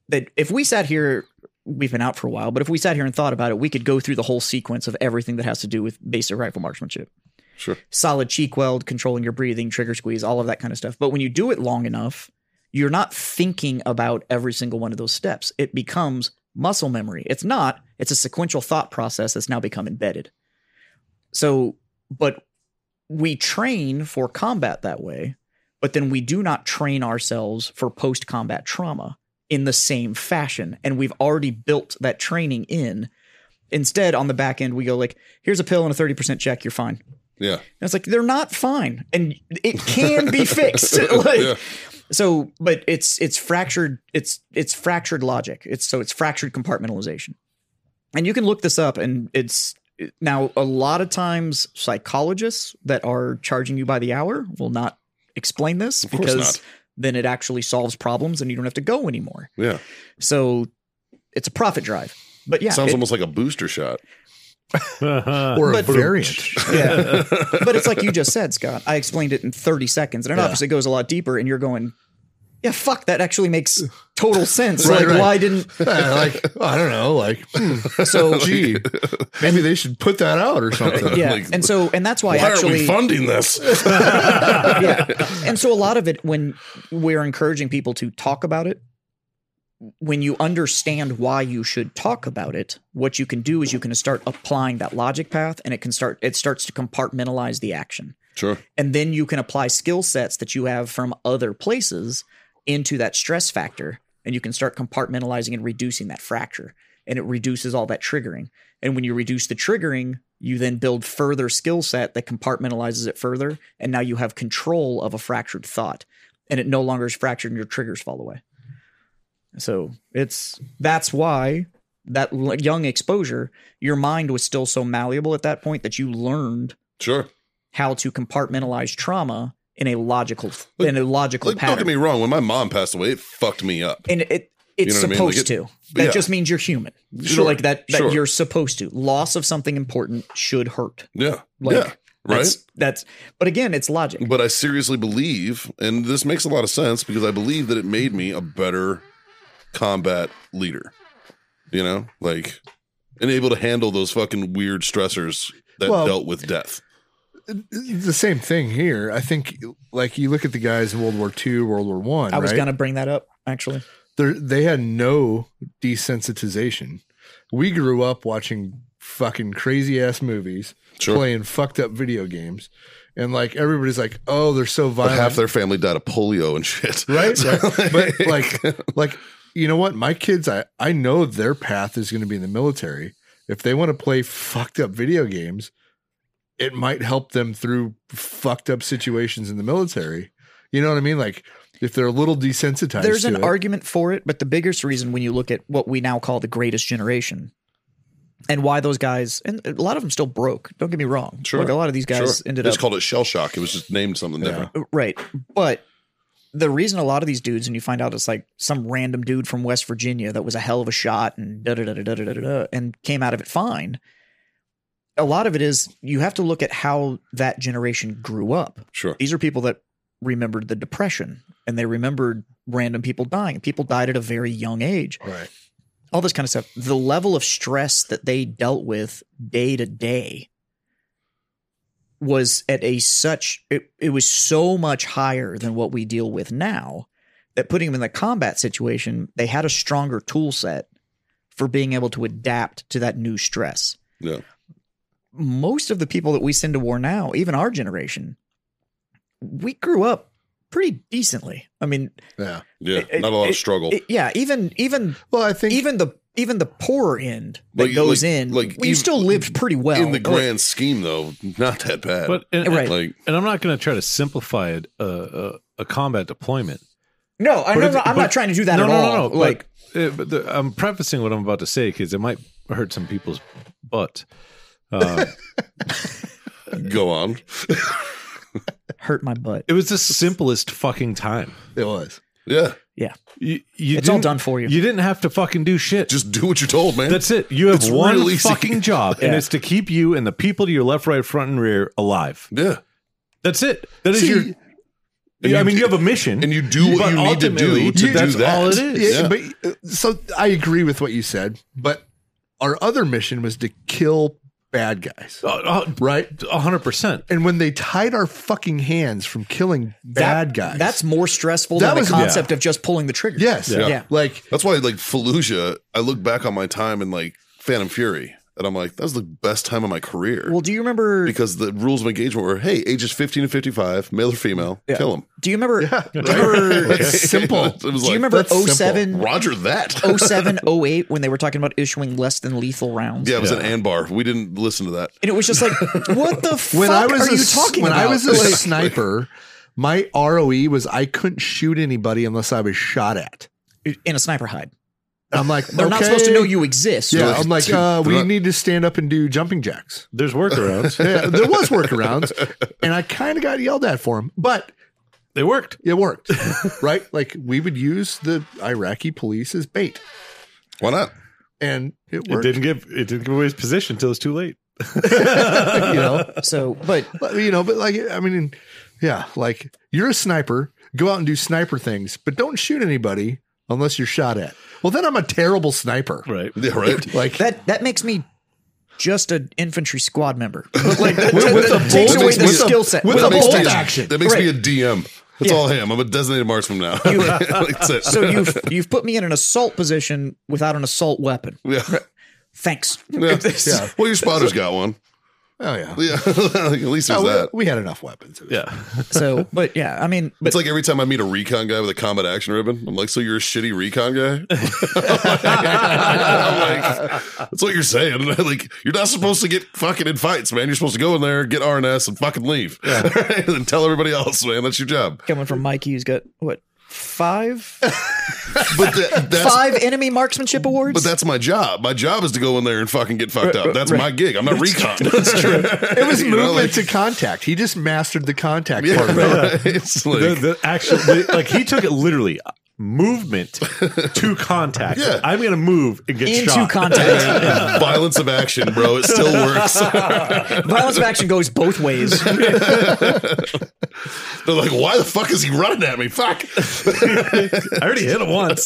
Speaker 2: that if we sat here we've been out for a while but if we sat here and thought about it we could go through the whole sequence of everything that has to do with basic rifle marksmanship
Speaker 1: Sure.
Speaker 2: solid cheek weld, controlling your breathing, trigger squeeze, all of that kind of stuff. But when you do it long enough, you're not thinking about every single one of those steps. It becomes muscle memory. It's not, it's a sequential thought process that's now become embedded. So, but we train for combat that way, but then we do not train ourselves for post combat trauma in the same fashion. And we've already built that training in. Instead, on the back end, we go like, here's a pill and a 30% check, you're fine.
Speaker 1: Yeah.
Speaker 2: And it's like they're not fine, and it can be fixed. like,
Speaker 1: Yeah.
Speaker 2: So, but it's it's fractured. It's it's fractured logic. It's so it's fractured compartmentalization, and you can look this up. And it's now a lot of times psychologists that are charging you by the hour will not explain this
Speaker 1: course
Speaker 2: because
Speaker 1: not.
Speaker 2: then it actually solves problems, and you don't have to go anymore.
Speaker 1: Yeah.
Speaker 2: So, it's a profit drive. But yeah,
Speaker 1: Sounds
Speaker 2: it-
Speaker 1: almost like a booster shot.
Speaker 3: or a
Speaker 2: But-
Speaker 3: variant.
Speaker 2: Yeah. but it's like you just said, Scott. I explained it in 30 seconds, and it obviously goes a lot deeper, and you're going, yeah, fuck, that actually makes total sense.
Speaker 3: Right,
Speaker 2: like,
Speaker 3: right.
Speaker 2: why didn't.
Speaker 3: Yeah, like I don't know, like hmm,
Speaker 2: So,
Speaker 3: gee, maybe they should put that out or something.
Speaker 2: yeah.
Speaker 1: Like,
Speaker 2: and so, and that's why,
Speaker 1: Why are
Speaker 2: actually.
Speaker 1: we funding this?
Speaker 2: yeah. And so a lot of it when we're encouraging people to talk about it, when you understand why you should talk about it, what you can do is you can start applying that logic path and it can start it starts to compartmentalize the action.
Speaker 1: Sure.
Speaker 2: and then you can apply skill sets that you have from other places into that stress factor and you can start compartmentalizing and reducing that fracture and it reduces all that triggering and when you reduce the triggering you then build further skill set that compartmentalizes it further and now you have control of a fractured thought and it no longer is fractured and your triggers fall away so it's that's why that l- young exposure your mind was still so malleable at that point that you learned
Speaker 1: Sure.
Speaker 2: how to compartmentalize trauma in a logical in a logical
Speaker 1: Like, don't
Speaker 2: pattern.
Speaker 1: get me wrong. When my mom passed away, it fucked me up.
Speaker 2: and it it's
Speaker 1: You know what I mean?
Speaker 2: supposed
Speaker 1: Like,
Speaker 2: to. That
Speaker 1: yeah.
Speaker 2: just means you're human. So,
Speaker 1: Sure,
Speaker 2: like that that
Speaker 1: sure.
Speaker 2: you're supposed to. Loss of something important should hurt.
Speaker 1: Yeah.
Speaker 2: Like,
Speaker 1: yeah. Right.
Speaker 2: That's, that's but again, it's logic.
Speaker 1: But I seriously believe, and this makes a lot of sense because I believe that it made me a better combat leader. You know, like and able to handle those fucking weird stressors that
Speaker 3: Well-
Speaker 1: dealt with death.
Speaker 3: the same thing here. I think, like you look at the guys in World War II, World War One.
Speaker 2: I was
Speaker 3: right?
Speaker 2: gonna bring that up actually.
Speaker 3: They're- they had no desensitization. We grew up watching fucking crazy ass movies,
Speaker 1: Sure.
Speaker 3: playing fucked up video games, and like everybody's like, "Oh, they're so
Speaker 1: But
Speaker 3: violent."
Speaker 1: half their family died of polio and shit.
Speaker 3: right?
Speaker 1: So,
Speaker 3: Right. but like, like you know what? My kids, I I know their path is going to be in the military. If they want to play fucked up video games, it might help them through fucked up situations in the military. You know what I mean? Like if they're a little desensitized.
Speaker 2: There's
Speaker 3: to
Speaker 2: an
Speaker 3: it,
Speaker 2: argument for it, but the biggest reason when you look at what we now call the greatest generation and why those guys and a lot of them still broke. Don't get me wrong.
Speaker 1: Sure.
Speaker 2: Like a lot of these guys
Speaker 1: sure.
Speaker 2: ended
Speaker 1: they
Speaker 2: up
Speaker 1: just called it shell shock. It was just named something different.
Speaker 2: Uh, Right. But the reason a lot of these dudes, and you find out it's like some random dude from West Virginia that was a hell of a shot and da da da da da da da da and came out of it fine. A lot of it is you have to look at how that generation grew up.
Speaker 1: Sure.
Speaker 2: These are people that remembered the depression and they remembered random people dying. People died at a very young age.
Speaker 3: Right.
Speaker 2: All this kind of stuff. The level of stress that they dealt with day to day was at a such it, it was so much higher than what we deal with now that putting them in the combat situation, they had a stronger tool set for being able to adapt to that new stress
Speaker 1: Yeah.
Speaker 2: most of the people that we send to war now, even our generation, we grew up pretty decently. I mean,
Speaker 3: Yeah.
Speaker 1: Yeah.
Speaker 2: It-
Speaker 1: Not a lot
Speaker 2: it-
Speaker 1: of struggle.
Speaker 2: it- yeah, even even
Speaker 3: Well, I think
Speaker 2: even the even the poorer end that
Speaker 1: Like-
Speaker 2: goes
Speaker 1: like-
Speaker 2: in,
Speaker 1: like
Speaker 2: like we
Speaker 1: even-
Speaker 2: still lived pretty well
Speaker 1: In the grand scheme though, not that bad.
Speaker 4: But and,
Speaker 2: Right.
Speaker 1: like
Speaker 4: and I'm not going to try to simplify it uh, uh, a combat deployment.
Speaker 2: No, I,
Speaker 4: But
Speaker 2: no,
Speaker 4: if-
Speaker 2: no, I'm
Speaker 4: but-
Speaker 2: not trying to do that
Speaker 4: no,
Speaker 2: at
Speaker 4: no,
Speaker 2: all.
Speaker 4: No, no,
Speaker 2: like
Speaker 4: Like, but, uh, but the, I'm prefacing what I'm about to say because it might hurt some people's butt. Uh,
Speaker 1: go on.
Speaker 2: hurt my butt.
Speaker 4: it was the simplest fucking time.
Speaker 3: it was.
Speaker 1: Yeah.
Speaker 4: You, you
Speaker 2: It's all
Speaker 4: didn't-
Speaker 2: done for you.
Speaker 4: You didn't have to fucking do shit.
Speaker 1: Just do what you're told, man.
Speaker 4: That's it. You have
Speaker 1: It's
Speaker 4: one
Speaker 1: real easy.
Speaker 4: fucking job, and
Speaker 2: Yeah.
Speaker 4: it's to keep you and the people to your left, right, front, and rear alive.
Speaker 1: yeah.
Speaker 4: That's it. That is
Speaker 3: See,
Speaker 4: your.
Speaker 1: you
Speaker 4: I mean, you
Speaker 1: do-
Speaker 4: have a mission,
Speaker 1: and you do what
Speaker 4: but
Speaker 1: you need to do
Speaker 4: ultimately,
Speaker 1: to do
Speaker 4: that's
Speaker 1: that.
Speaker 4: all it is.
Speaker 3: Yeah,
Speaker 1: Yeah.
Speaker 3: But uh, so I agree with what you said, but our other mission was to kill bad guys,
Speaker 4: Uh, right,
Speaker 3: right?
Speaker 4: hundred percent.
Speaker 3: And when they tied our fucking hands from killing bad
Speaker 2: That-
Speaker 3: guys,
Speaker 2: That's more stressful
Speaker 3: That
Speaker 2: than
Speaker 3: was-
Speaker 2: the
Speaker 3: yeah.
Speaker 2: concept of just pulling the trigger.
Speaker 3: yes,
Speaker 1: Yeah.
Speaker 2: Yeah.
Speaker 3: Like
Speaker 1: That's why, like Fallujah, I look back on my time in like Phantom Fury, and I'm like, that was the best time of my career
Speaker 2: Well, do you remember?
Speaker 1: because the rules of engagement were, hey, ages 15 to 55, male or female,
Speaker 2: Yeah.
Speaker 1: kill them.
Speaker 2: do you remember? Do you remember?
Speaker 1: That's
Speaker 3: simple.
Speaker 1: it was
Speaker 2: do you
Speaker 1: like,
Speaker 2: remember
Speaker 3: that's simple.
Speaker 2: 07,
Speaker 1: Roger that.
Speaker 2: 07, 08 when they were talking about issuing less than lethal rounds?
Speaker 1: yeah, it was an Anbar. We didn't listen to that.
Speaker 2: And it was just like, what the fuck
Speaker 3: when I was
Speaker 2: are
Speaker 3: a,
Speaker 2: you talking
Speaker 3: when
Speaker 2: about?
Speaker 3: I was a sniper, my ROE was I couldn't shoot anybody unless I was shot at.
Speaker 2: in a sniper hide.
Speaker 3: I'm like,
Speaker 2: They're not
Speaker 3: okay.
Speaker 2: supposed to know you exist.
Speaker 3: Yeah,
Speaker 1: Like,
Speaker 3: I'm like,
Speaker 1: dude,
Speaker 3: uh,
Speaker 1: they're
Speaker 3: we
Speaker 1: not-
Speaker 3: need to stand up and do jumping jacks.
Speaker 4: There's workarounds.
Speaker 3: Yeah, there was workarounds, and I kind of got yelled at for them, but
Speaker 4: they worked.
Speaker 3: it worked, right? Like we would use the Iraqi police as bait,
Speaker 1: Why not?
Speaker 3: and it
Speaker 4: It
Speaker 3: worked.
Speaker 4: didn't give it didn't give away his position until it's too late.
Speaker 3: you know,
Speaker 2: So, but
Speaker 3: But, you know, but like, I mean, yeah, like you're a sniper. Go out and do sniper things, but don't shoot anybody unless you're shot at. Well, then I'm a terrible sniper.
Speaker 4: Right.
Speaker 1: Yeah, right.
Speaker 3: Like
Speaker 2: that that makes me just an infantry squad member.
Speaker 3: with, with the
Speaker 2: takes
Speaker 3: bolt-
Speaker 2: away
Speaker 3: with
Speaker 2: the skill set.
Speaker 3: with
Speaker 1: That
Speaker 3: the
Speaker 2: Well,
Speaker 1: makes
Speaker 3: bolt
Speaker 1: me a-
Speaker 3: action.
Speaker 1: That makes me a
Speaker 2: Right.
Speaker 1: DM. That's all I am. I'm a designated marksman now. That's it.
Speaker 2: So you've you've put me in an assault position without an assault weapon.
Speaker 1: yeah.
Speaker 2: Thanks.
Speaker 1: Yeah.
Speaker 2: This-
Speaker 1: Yeah. Well, your spotter's got one.
Speaker 3: Oh yeah,
Speaker 1: Yeah. At least
Speaker 3: No,
Speaker 1: there's
Speaker 3: we,
Speaker 1: that.
Speaker 3: we had enough weapons. It was-
Speaker 4: Yeah.
Speaker 2: So, but yeah, I mean, but
Speaker 1: it's like every time I meet a recon guy with a combat action ribbon, I'm like, "So you're a shitty recon guy?" I'm like, That's what you're saying. like, you're not supposed to get fucking in fights, man. You're supposed to go in there, get RNS, and fucking leave, and then tell everybody else, man. That's your job.
Speaker 2: coming from Mikey, who's got what five
Speaker 1: But that, that's
Speaker 2: five enemy marksmanship awards.
Speaker 1: but that's my job. My job is to go in there and fucking get fucked up. That's my gig. I'm not recon. That's true.
Speaker 3: It was movement to contact. He just mastered the contact part. Of it.
Speaker 1: it's like,
Speaker 4: the, the actual the- like he took it literally uh, movement to contact.
Speaker 1: Yeah.
Speaker 4: I'm gonna move and get
Speaker 2: into
Speaker 4: shot.
Speaker 2: contact,
Speaker 1: violence of action, bro. It still works.
Speaker 2: violence of action goes both ways.
Speaker 1: They're like, why the fuck is he running at me? Fuck.
Speaker 4: I already hit it once.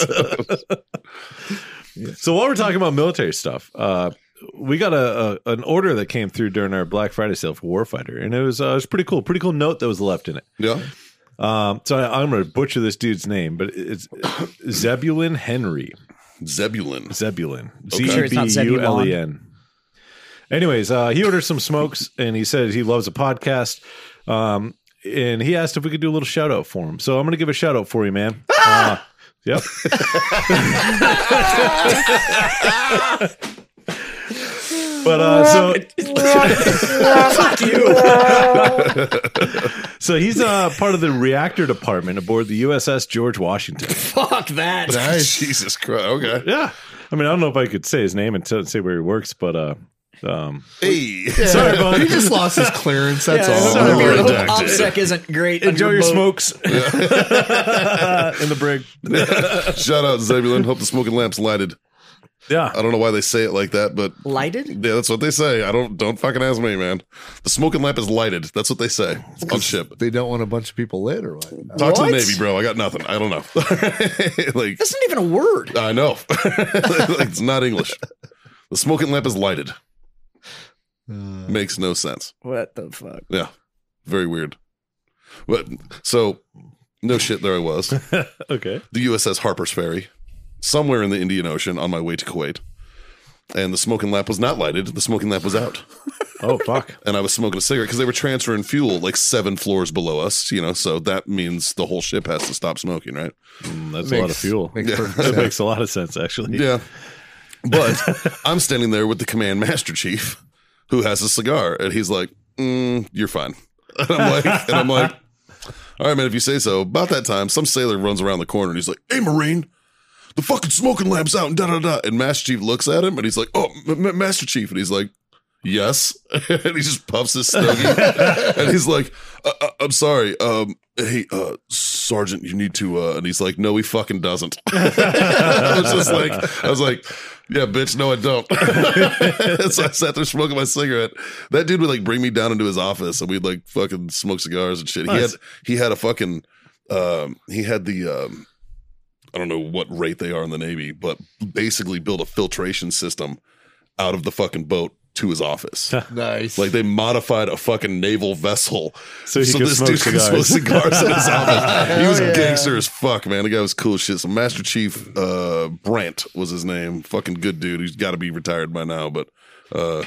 Speaker 4: so while we're talking about military stuff, uh, we got a, a an order that came through during our Black Friday sale for Warfighter, and it was uh, it was pretty cool. Pretty cool note that was left in it.
Speaker 1: Yeah.
Speaker 4: Um, so I, I'm gonna butcher this dude's name, but it's Zebulon Henry.
Speaker 1: Zebulon.
Speaker 4: Zebulon.
Speaker 1: Okay.
Speaker 4: Z
Speaker 1: Sure
Speaker 2: it's not
Speaker 4: B U L E N. Anyways, uh, he ordered some smokes and he said he loves a podcast. Um, and he asked if we could do a little shout out for him. So I'm going to give a shout out for you, man. Uh, yep. but uh, so
Speaker 2: Fuck you.
Speaker 4: so he's uh, part of the reactor department aboard the USS George Washington.
Speaker 2: Fuck that.
Speaker 1: Jesus Christ. Okay.
Speaker 4: Yeah. I mean, I don't know if I could say his name and t- say where he works, but uh, um,
Speaker 1: Hey.
Speaker 4: sorry, bud.
Speaker 3: He just lost his clearance. That's
Speaker 2: Yeah,
Speaker 3: all.
Speaker 2: sorry,
Speaker 1: Redacted.
Speaker 2: hope OPSEC isn't great. on
Speaker 4: Enjoy your,
Speaker 2: boat.
Speaker 4: smokes in the brig.
Speaker 1: Shout out Zebulon. Hope the smoking lamp's lighted.
Speaker 4: Yeah,
Speaker 1: I don't know why they say it like that, but
Speaker 2: Lighted?
Speaker 1: yeah, that's what they say. I don't don't fucking ask me, man. The smoking lamp is lighted. That's what they say on ship.
Speaker 3: They don't want a bunch of people lit or what?
Speaker 1: Talk to the
Speaker 2: What?
Speaker 1: Navy, bro. I got nothing. I don't know. like
Speaker 2: That's not even a word.
Speaker 1: I know. Like, it's not English. The smoking lamp is lighted.
Speaker 3: Uh.
Speaker 1: Makes no sense.
Speaker 2: What the fuck?
Speaker 1: Yeah. Very weird. But so no shit, there I was.
Speaker 4: okay.
Speaker 1: the USS Harper's Ferry, somewhere in the Indian Ocean on my way to Kuwait. And the smoking lamp was not lighted. The smoking lamp was out.
Speaker 4: Oh fuck.
Speaker 1: And I was smoking a cigarette because they were transferring fuel like seven floors below us, you know. So that means the whole ship has to stop smoking, right?
Speaker 4: That's a lot of
Speaker 3: Makes-
Speaker 4: fuel.
Speaker 3: makes perfect
Speaker 4: that
Speaker 3: sense.
Speaker 4: makes a lot of sense, actually.
Speaker 1: Yeah. But I'm standing there with the command master chief who has a cigar and he's like, mm, you're fine. And I'm like, and I'm like, all right, man, if you say so. About that time, some sailor runs around the corner and he's like, hey, Marine, the fucking smoking lamp's out and da da da. And Master Chief looks at him and he's like, oh, M- M- Master Chief. And he's like, yes. and he just puffs his stogie and he's like, uh, uh, I'm sorry. Um, hey, uh, Sergeant, you need to. Uh, and he's like, no, he fucking doesn't. I was just like, I was like, yeah, bitch, no, I don't. so I sat there smoking my cigarette. That dude would like bring me down into his office, and we'd like fucking smoke cigars and shit. He had
Speaker 4: Nice.
Speaker 1: he had a fucking um, he had the um, I don't know what rate they are in the Navy, but basically built a filtration system out of the fucking boat to his office.
Speaker 3: Nice.
Speaker 1: Like they modified a fucking naval vessel
Speaker 4: So he could smoke cigars.
Speaker 1: cigars in his office. He was gangster as fuck, man. The guy was cool as shit. So Master Chief uh, Brant was his name. Fucking good dude. He's got to be retired by now, but uh,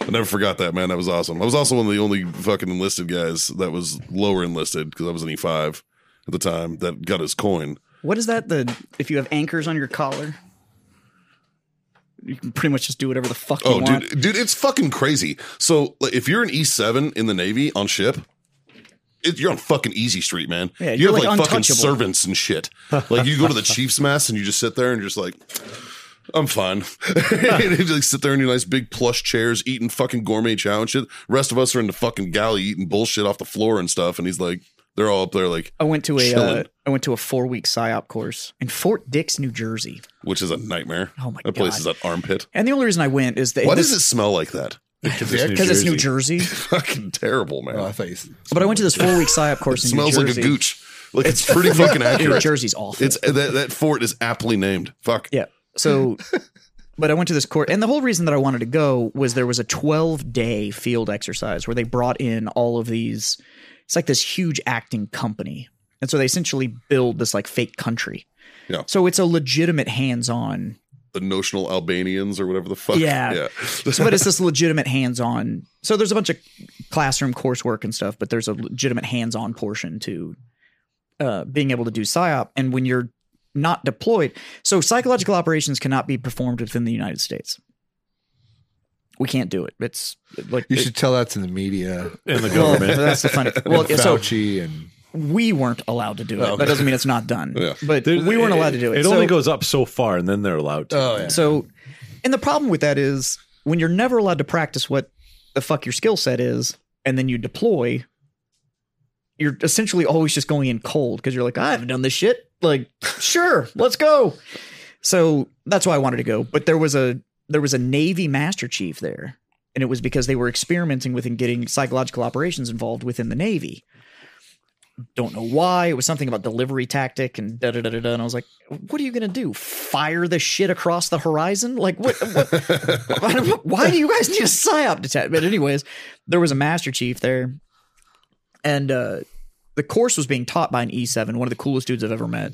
Speaker 1: I never forgot that man. That was awesome. I was also one of the only fucking enlisted guys that was lower enlisted because I was an E five at the time that got his coin.
Speaker 2: What is that? The if you have anchors on your collar, you can pretty much just do whatever the fuck you
Speaker 1: Oh,
Speaker 2: want.
Speaker 1: dude, dude, it's fucking crazy. So like, if you're an E seven in the Navy on ship, it, you're on fucking easy street, man.
Speaker 2: Yeah,
Speaker 1: you
Speaker 2: you're,
Speaker 1: have like,
Speaker 2: like,
Speaker 1: fucking
Speaker 2: untouchable.
Speaker 1: servants and shit. Like you go to the chief's mess and you just sit there and you're just like. I'm fine. and you like sit there in your nice big plush chairs eating fucking gourmet chow and shit. Rest of us are in the fucking galley eating bullshit off the floor and stuff. And he's like, they're all up there like,
Speaker 2: I went to a uh,
Speaker 1: Chilling.
Speaker 2: I went to a four week psyop course in Fort Dix, New Jersey.
Speaker 1: which is a nightmare.
Speaker 2: Oh my
Speaker 1: that place
Speaker 2: God.
Speaker 1: is an armpit.
Speaker 2: And the only reason I went is that
Speaker 1: Why does it smell like that?
Speaker 2: because it's New Jersey.
Speaker 1: Fucking terrible, man.
Speaker 3: Oh, I thought you s-
Speaker 2: but I went to this four week psyop course
Speaker 1: It
Speaker 2: in
Speaker 1: smells
Speaker 2: New
Speaker 1: like
Speaker 2: Jersey.
Speaker 1: a gooch. Like it's pretty fucking
Speaker 2: New
Speaker 1: accurate.
Speaker 2: Jersey's awful.
Speaker 1: It's that, that fort is aptly named. Fuck.
Speaker 2: yeah. So, but I went to this court, and the whole reason that I wanted to go was there was a 12 day field exercise where they brought in all of these. It's like this huge acting company, and so they essentially build this like fake country.
Speaker 1: Yeah.
Speaker 2: So it's a legitimate hands on
Speaker 1: The notional Albanians or whatever the fuck.
Speaker 2: Yeah. So, but it's this legitimate hands-on. So there's a bunch of classroom coursework and stuff, but there's a legitimate hands-on portion to uh, being able to do psyop. And when you're not deployed, so psychological operations cannot be performed within the United States. We can't do it. It's like
Speaker 3: you should tell that to the media,
Speaker 4: in the
Speaker 2: well,
Speaker 4: government.
Speaker 2: that's the funny. Well, so
Speaker 3: Fauci, and
Speaker 2: we weren't allowed to do it. That doesn't mean it's not done.
Speaker 1: Yeah.
Speaker 2: But
Speaker 4: There-
Speaker 2: we weren't allowed to do it.
Speaker 4: It
Speaker 2: So-
Speaker 4: only goes up so far, and then they're allowed
Speaker 1: Uh,
Speaker 4: to.
Speaker 3: oh yeah,
Speaker 2: So, and the problem with that is when you're never allowed to practice what the fuck your skill set is, and then you deploy, you're essentially always just going in cold because you're like, I haven't done this shit. Like, sure, let's go. So that's why I wanted to go. But there was a there was a Navy Master Chief there, and it was because they were experimenting with and getting psychological operations involved within the Navy. Don't know why. It was something about delivery tactic and da da da da. da. And I was like, "What are you gonna do? Fire the shit across the horizon? Like what? what I don't know. why do you guys need a psyop detect? But anyways, there was a Master Chief there, and uh, the course was being taught by an E7, one of the coolest dudes I've ever met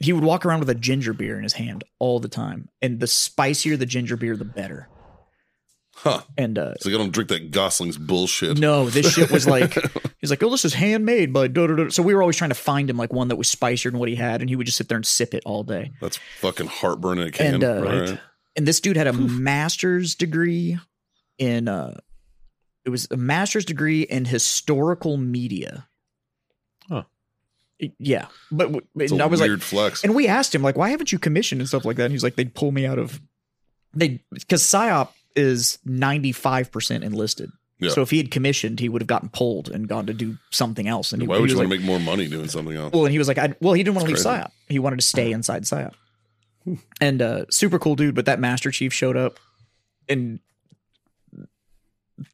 Speaker 2: he would walk around with a ginger beer in his hand all the time. And the spicier the ginger beer, the better.
Speaker 1: Huh.
Speaker 2: And uh,
Speaker 1: It's like I don't drink that Gosling's bullshit.
Speaker 2: no, this shit was like he's like, oh, this is handmade by da da da. So we were always trying to find him like one that was spicier than what he had, and he would just sit there and sip it all day.
Speaker 1: That's fucking heartburn in a can.
Speaker 2: And, uh,
Speaker 1: All right.
Speaker 2: And this dude had a master's degree in uh, it was a master's degree in historical media.
Speaker 4: Huh.
Speaker 2: Yeah, but w-
Speaker 1: It's
Speaker 2: and
Speaker 1: a
Speaker 2: I was like,
Speaker 1: weird flex.
Speaker 2: And we asked him like, why haven't you commissioned and stuff like that? And he's like, they'd pull me out of they because psyop is ninety five percent enlisted.
Speaker 1: Yeah.
Speaker 2: So if he had commissioned, he would have gotten pulled and gone to do something else. And he,
Speaker 1: Why
Speaker 2: he
Speaker 1: would you
Speaker 2: was
Speaker 1: want
Speaker 2: like,
Speaker 1: to make more money doing something else?
Speaker 2: well, and he was like, I, well, he didn't want to leave
Speaker 1: That's crazy.
Speaker 2: psyop. He wanted to stay inside psyop. And uh, super cool dude, but that Master Chief showed up, and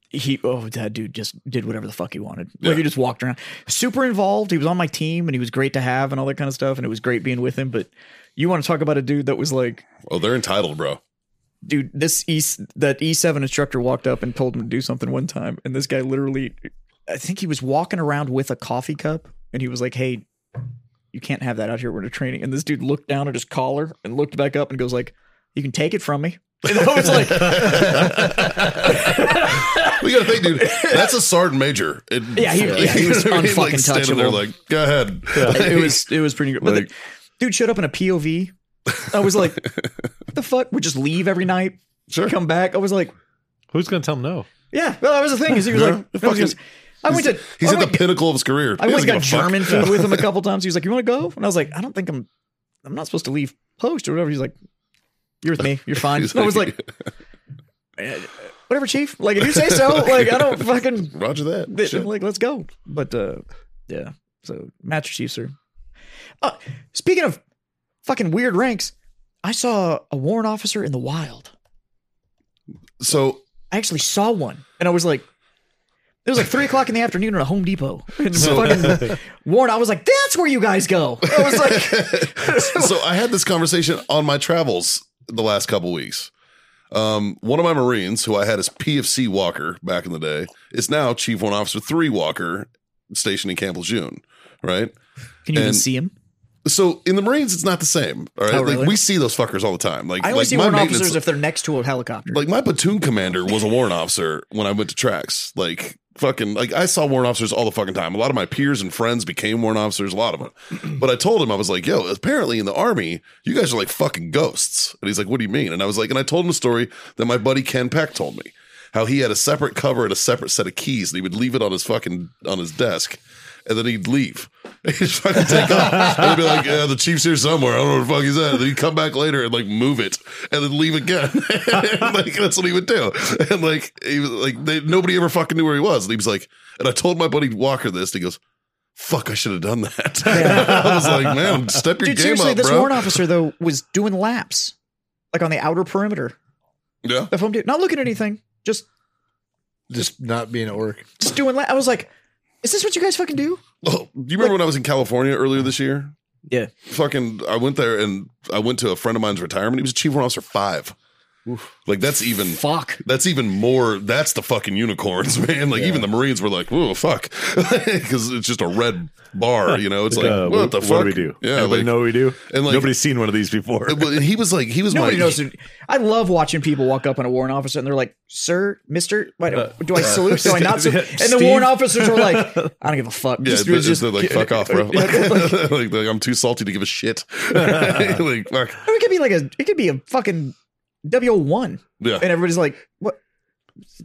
Speaker 2: he oh that dude just did whatever the fuck he wanted.
Speaker 1: Yeah.
Speaker 2: Like he just walked around, super involved. He was on my team, and he was great to have, and all that kind of stuff. And it was great being with him. But you want to talk about a dude that was like
Speaker 1: Oh, they're entitled, bro.
Speaker 2: dude, this E that E seven instructor walked up and told him to do something one time, and this guy literally, I think he was walking around with a coffee cup, and he was like, "Hey, you can't have that out here. We're in a training." And this dude looked down at his collar and looked back up and goes like, "You can take it from me." And I was like,
Speaker 1: We gotta think, dude. That's a sergeant major. It-
Speaker 2: Yeah, he- yeah, he was
Speaker 1: You know what I mean?
Speaker 2: unfucking
Speaker 1: standing there,
Speaker 2: touchable.
Speaker 1: like, go ahead.
Speaker 2: it was it was pretty good. But
Speaker 1: Like-
Speaker 2: the dude showed up in a POV. I was like, what "The fuck? We just leave every night,
Speaker 1: Sure.
Speaker 2: come back." I was like,
Speaker 4: Who's going to tell them no?
Speaker 2: "Yeah, well, that was the thing." Is he was
Speaker 1: Yeah,
Speaker 2: like, I, was just- I went to
Speaker 1: He's
Speaker 2: I
Speaker 1: at the
Speaker 2: went-
Speaker 1: pinnacle of his career.
Speaker 2: I
Speaker 1: He
Speaker 2: went
Speaker 1: doesn't
Speaker 2: and got
Speaker 1: give a fuck.
Speaker 2: German food with him a couple times. He was like, "You want to go?" And I was like, "I don't think I'm. I'm not supposed to leave post or whatever." He's like, "You're with me. You're fine."
Speaker 1: He's
Speaker 2: And I was like, "Eh, "Whatever, chief. Like, if you say so. Like, I don't fucking.
Speaker 1: Roger that.
Speaker 2: I'm
Speaker 1: Shit.
Speaker 2: like, let's go." But uh, yeah. So master chiefs are. Uh, speaking of fucking weird ranks, I saw a warrant officer in the wild.
Speaker 1: So
Speaker 2: I actually saw one, and I was like, it was like three o'clock in the afternoon at a Home Depot. And
Speaker 1: So-
Speaker 2: fucking Warren, I was like, that's where you guys go. I was like,
Speaker 1: so I had this conversation on my travels the last couple weeks. Um, one of my Marines, who I had as PFC Walker back in the day, is now Chief One Officer Three Walker, stationed in Camp Lejeune. Right.
Speaker 2: Can you even
Speaker 1: And-
Speaker 2: see him?
Speaker 1: So in the Marines, it's not the same. All right.
Speaker 2: Oh,
Speaker 1: Like
Speaker 2: really?
Speaker 1: we see those fuckers all the time. Like
Speaker 2: I only
Speaker 1: like
Speaker 2: see
Speaker 1: my
Speaker 2: warrant
Speaker 1: maintenance-
Speaker 2: officers if they're next to a helicopter.
Speaker 1: like my platoon commander was a warrant officer when I went to tracks. Like fucking like I saw warrant officers all the fucking time. A lot of my peers and friends became warrant officers, a lot of them. But I told him I was like, "Yo, apparently in the army, you guys are like fucking ghosts." And he's like, "What do you mean?" And I was like, and I told him a story that my buddy Ken Peck told me. How he had a separate cover and a separate set of keys and he would leave it on his fucking on his desk. And then he'd leave. He'd just fucking take off. And he'd be like, yeah, the chief's here somewhere. I don't know where the fuck he's at. And then he'd come back later and like move it and then leave again. And, like that's what he would do. And like he was like they, nobody ever fucking knew where he was. And he was like, and I told my buddy Walker this, and he goes, Fuck, I should have done that. I was like, man, step your
Speaker 2: Dude,
Speaker 1: game
Speaker 2: seriously,
Speaker 1: up,
Speaker 2: this
Speaker 1: bro.
Speaker 2: warrant officer though was doing laps, like on the outer perimeter.
Speaker 1: yeah.
Speaker 2: If I'm doing, not looking at anything, just
Speaker 3: Just not being at work.
Speaker 2: just doing. La- I was like, is this what you guys fucking do?
Speaker 1: Oh, do you remember when I was in California earlier this year?
Speaker 2: Yeah.
Speaker 1: Fucking, I went there and I went to a friend of mine's retirement. He was Chief Warrant Officer Five. Like that's even
Speaker 2: Fuck.
Speaker 1: that's even more. That's the fucking unicorns, man. Like even the Marines were like, "Whoa, fuck," because it's just a red bar. You know, it's like,
Speaker 4: Uh,
Speaker 1: what the fuck?
Speaker 4: do we do?
Speaker 1: Yeah,
Speaker 4: Everybody
Speaker 1: like,
Speaker 4: know what we do?
Speaker 1: and, like-
Speaker 4: Nobody's seen one of these before.
Speaker 1: Well, and he was like, he was
Speaker 2: Nobody
Speaker 1: my.
Speaker 2: knows. who- I love watching people walk up on a warrant officer and they're like, "Sir, Mister, why
Speaker 1: Uh,
Speaker 2: do, do I salute? Do I not?" Salute? And the
Speaker 4: Steve?
Speaker 2: warrant officers are like, "I don't give a fuck."
Speaker 1: Yeah,
Speaker 2: Just-
Speaker 1: they're,
Speaker 2: just-
Speaker 1: they're like, fuck off, bro. like, like, I'm too salty to give a shit. like,
Speaker 2: I
Speaker 1: fuck.
Speaker 2: mean, it could be like a, it could be a fucking W one,
Speaker 1: Yeah.
Speaker 2: and everybody's like, "What?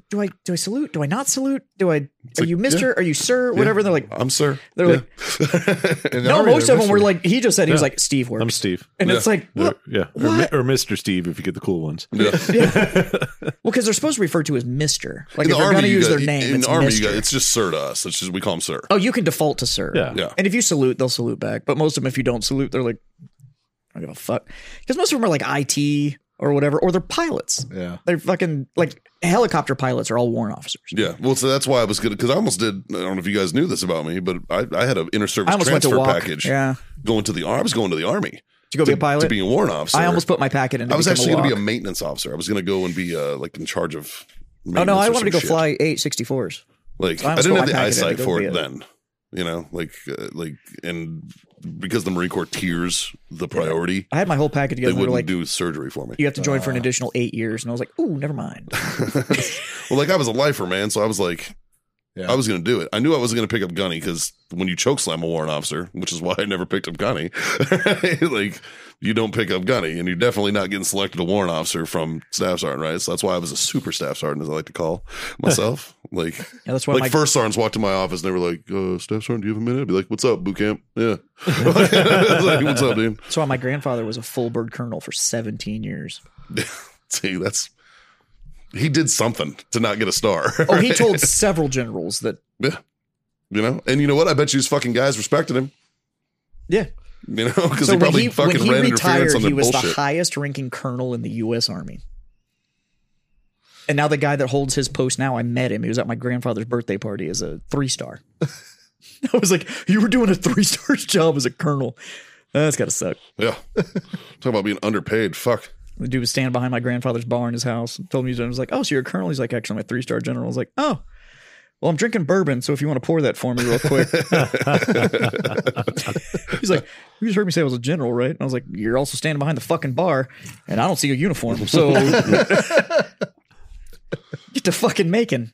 Speaker 2: Do I do I salute? Do I not salute? Do I? Are you Mister? Are you Sir? Whatever?" And they're like,
Speaker 1: I'm sir.
Speaker 2: they're
Speaker 1: Yeah.
Speaker 2: like,
Speaker 3: And
Speaker 2: no.
Speaker 3: already
Speaker 2: Most
Speaker 3: they're
Speaker 2: of them were
Speaker 3: missing.
Speaker 2: like, he just said he was
Speaker 4: Yeah.
Speaker 2: like, "Steve works,"
Speaker 4: I'm Steve.
Speaker 2: and it's like,
Speaker 4: Or-
Speaker 2: well,
Speaker 4: yeah, or, Mi-
Speaker 2: what?
Speaker 4: or Mr. Steve if you get the cool ones.
Speaker 1: Yeah.
Speaker 2: Well, because they're supposed to refer to as Mister. Like
Speaker 1: In
Speaker 2: if
Speaker 1: the
Speaker 2: they're going
Speaker 1: army,
Speaker 2: to
Speaker 1: you
Speaker 2: use
Speaker 1: got-
Speaker 2: their name,
Speaker 1: in
Speaker 2: it's
Speaker 1: the army, you
Speaker 2: Mister.
Speaker 1: got, it's just sir to us. It's just we call him sir.
Speaker 2: oh, you can default to Sir.
Speaker 4: Yeah.
Speaker 1: Yeah.
Speaker 2: And if you salute, they'll salute back. But most of them, if you don't salute, they're like, I don't give a fuck. Because most of them are like IT or whatever, or they're pilots.
Speaker 3: Yeah.
Speaker 2: They're fucking like helicopter pilots are all warrant officers.
Speaker 1: Yeah. Well, so that's why I was good because I almost did. I don't know if you guys knew this about me, but I, I had an inter
Speaker 2: I
Speaker 1: service
Speaker 2: almost went to
Speaker 1: transfer
Speaker 2: walk.
Speaker 1: package
Speaker 2: Yeah.
Speaker 1: going to the army. I was going to the army
Speaker 2: To go be
Speaker 1: to,
Speaker 2: a pilot.
Speaker 1: to be a warrant officer.
Speaker 2: I almost put my packet in.
Speaker 1: I was actually
Speaker 2: going to
Speaker 1: be a maintenance officer. I was going to go and be uh, like in charge of.
Speaker 2: Oh, no,
Speaker 1: maintenance
Speaker 2: I
Speaker 1: or
Speaker 2: wanted to
Speaker 1: some
Speaker 2: go
Speaker 1: shit.
Speaker 2: fly 864s.
Speaker 1: Like
Speaker 2: I
Speaker 1: I,
Speaker 2: almost got
Speaker 1: didn't have
Speaker 2: my
Speaker 1: the
Speaker 2: packet in,
Speaker 1: eyesight
Speaker 2: go
Speaker 1: for
Speaker 2: be
Speaker 1: it
Speaker 2: a-
Speaker 1: then. You know, like uh, like and because the Marine Corps tiers the priority,
Speaker 2: I had my whole packet
Speaker 1: they
Speaker 2: together. They were
Speaker 1: wouldn't
Speaker 2: like,
Speaker 1: do Ah. surgery for me.
Speaker 2: you have to join for an additional eight years. And I was like, ooh, never mind.
Speaker 1: Well, like I was a lifer, man, so I was like,
Speaker 3: Yeah.
Speaker 1: I was gonna do it. I knew I wasn't gonna pick up Gunny because when you choke slam a warrant officer, which is why I never picked up Gunny, like you don't pick up Gunny, and you're definitely not getting selected a warrant officer from staff sergeant, right? So that's why I was a super staff sergeant, as I like to call myself. like,
Speaker 2: Yeah, that's why
Speaker 1: like
Speaker 2: my
Speaker 1: first sergeants walked to my office and they were like, uh, "Staff sergeant, do you have a minute?" I'd be like, "What's up, boot camp?" Yeah, like, what's up, dude?
Speaker 2: that's why my grandfather was a full bird colonel for 17 years.
Speaker 1: See, that's he did something to not get a star.
Speaker 2: Oh, he told several generals that
Speaker 1: Yeah. You know, and you know what? I bet you his fucking guys respected him.
Speaker 2: Yeah.
Speaker 1: You know, because
Speaker 2: So
Speaker 1: he
Speaker 2: when
Speaker 1: probably
Speaker 2: he,
Speaker 1: fucking
Speaker 2: when he
Speaker 1: ran interference
Speaker 2: retired,
Speaker 1: on their
Speaker 2: he was the
Speaker 1: bullshit.
Speaker 2: highest ranking colonel in the U.S. Army. And now the guy that holds his post now, I met him. He was at my grandfather's birthday party as a three star. I was like, you were doing a three star job as a colonel. That's gotta suck.
Speaker 1: yeah. Talk about being underpaid. Fuck.
Speaker 2: The dude was standing behind my grandfather's bar in his house. and Told me he's I was like, oh, so you're a colonel? He's like, actually, I'm a three star general. I was like, oh, well, I'm drinking bourbon, so if you want to pour that for me real quick. he's like, you just heard me say I was a general, right? And I was like, you're also standing behind the fucking bar, and I don't see a uniform, so get to fucking making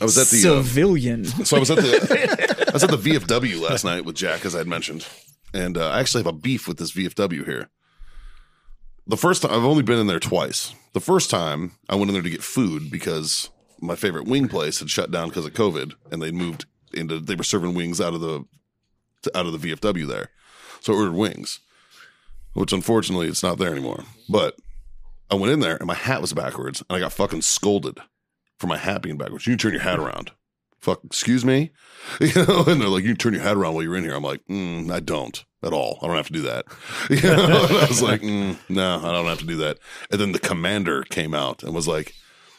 Speaker 1: I was at the uh,
Speaker 2: civilian.
Speaker 1: so I was at the I was at the VFW last night with Jack, as I had mentioned, and uh, I actually have a beef with this VFW here. The first time I've only been in there twice. The first time I went in there to get food because my favorite wing place had shut down because of COVID, and they moved into they were serving wings out of the out of the VFW there, so I ordered wings, which unfortunately it's not there anymore. But I went in there and my hat was backwards, and I got fucking scolded for my hat being backwards. You can turn your hat around fuck, excuse me, you know, and they're like, you can turn your head around while you're in here. I'm like, mm, I don't at all. I don't have to do that. You know? and I was like, mm, no, I don't have to do that. And then the commander came out and was like,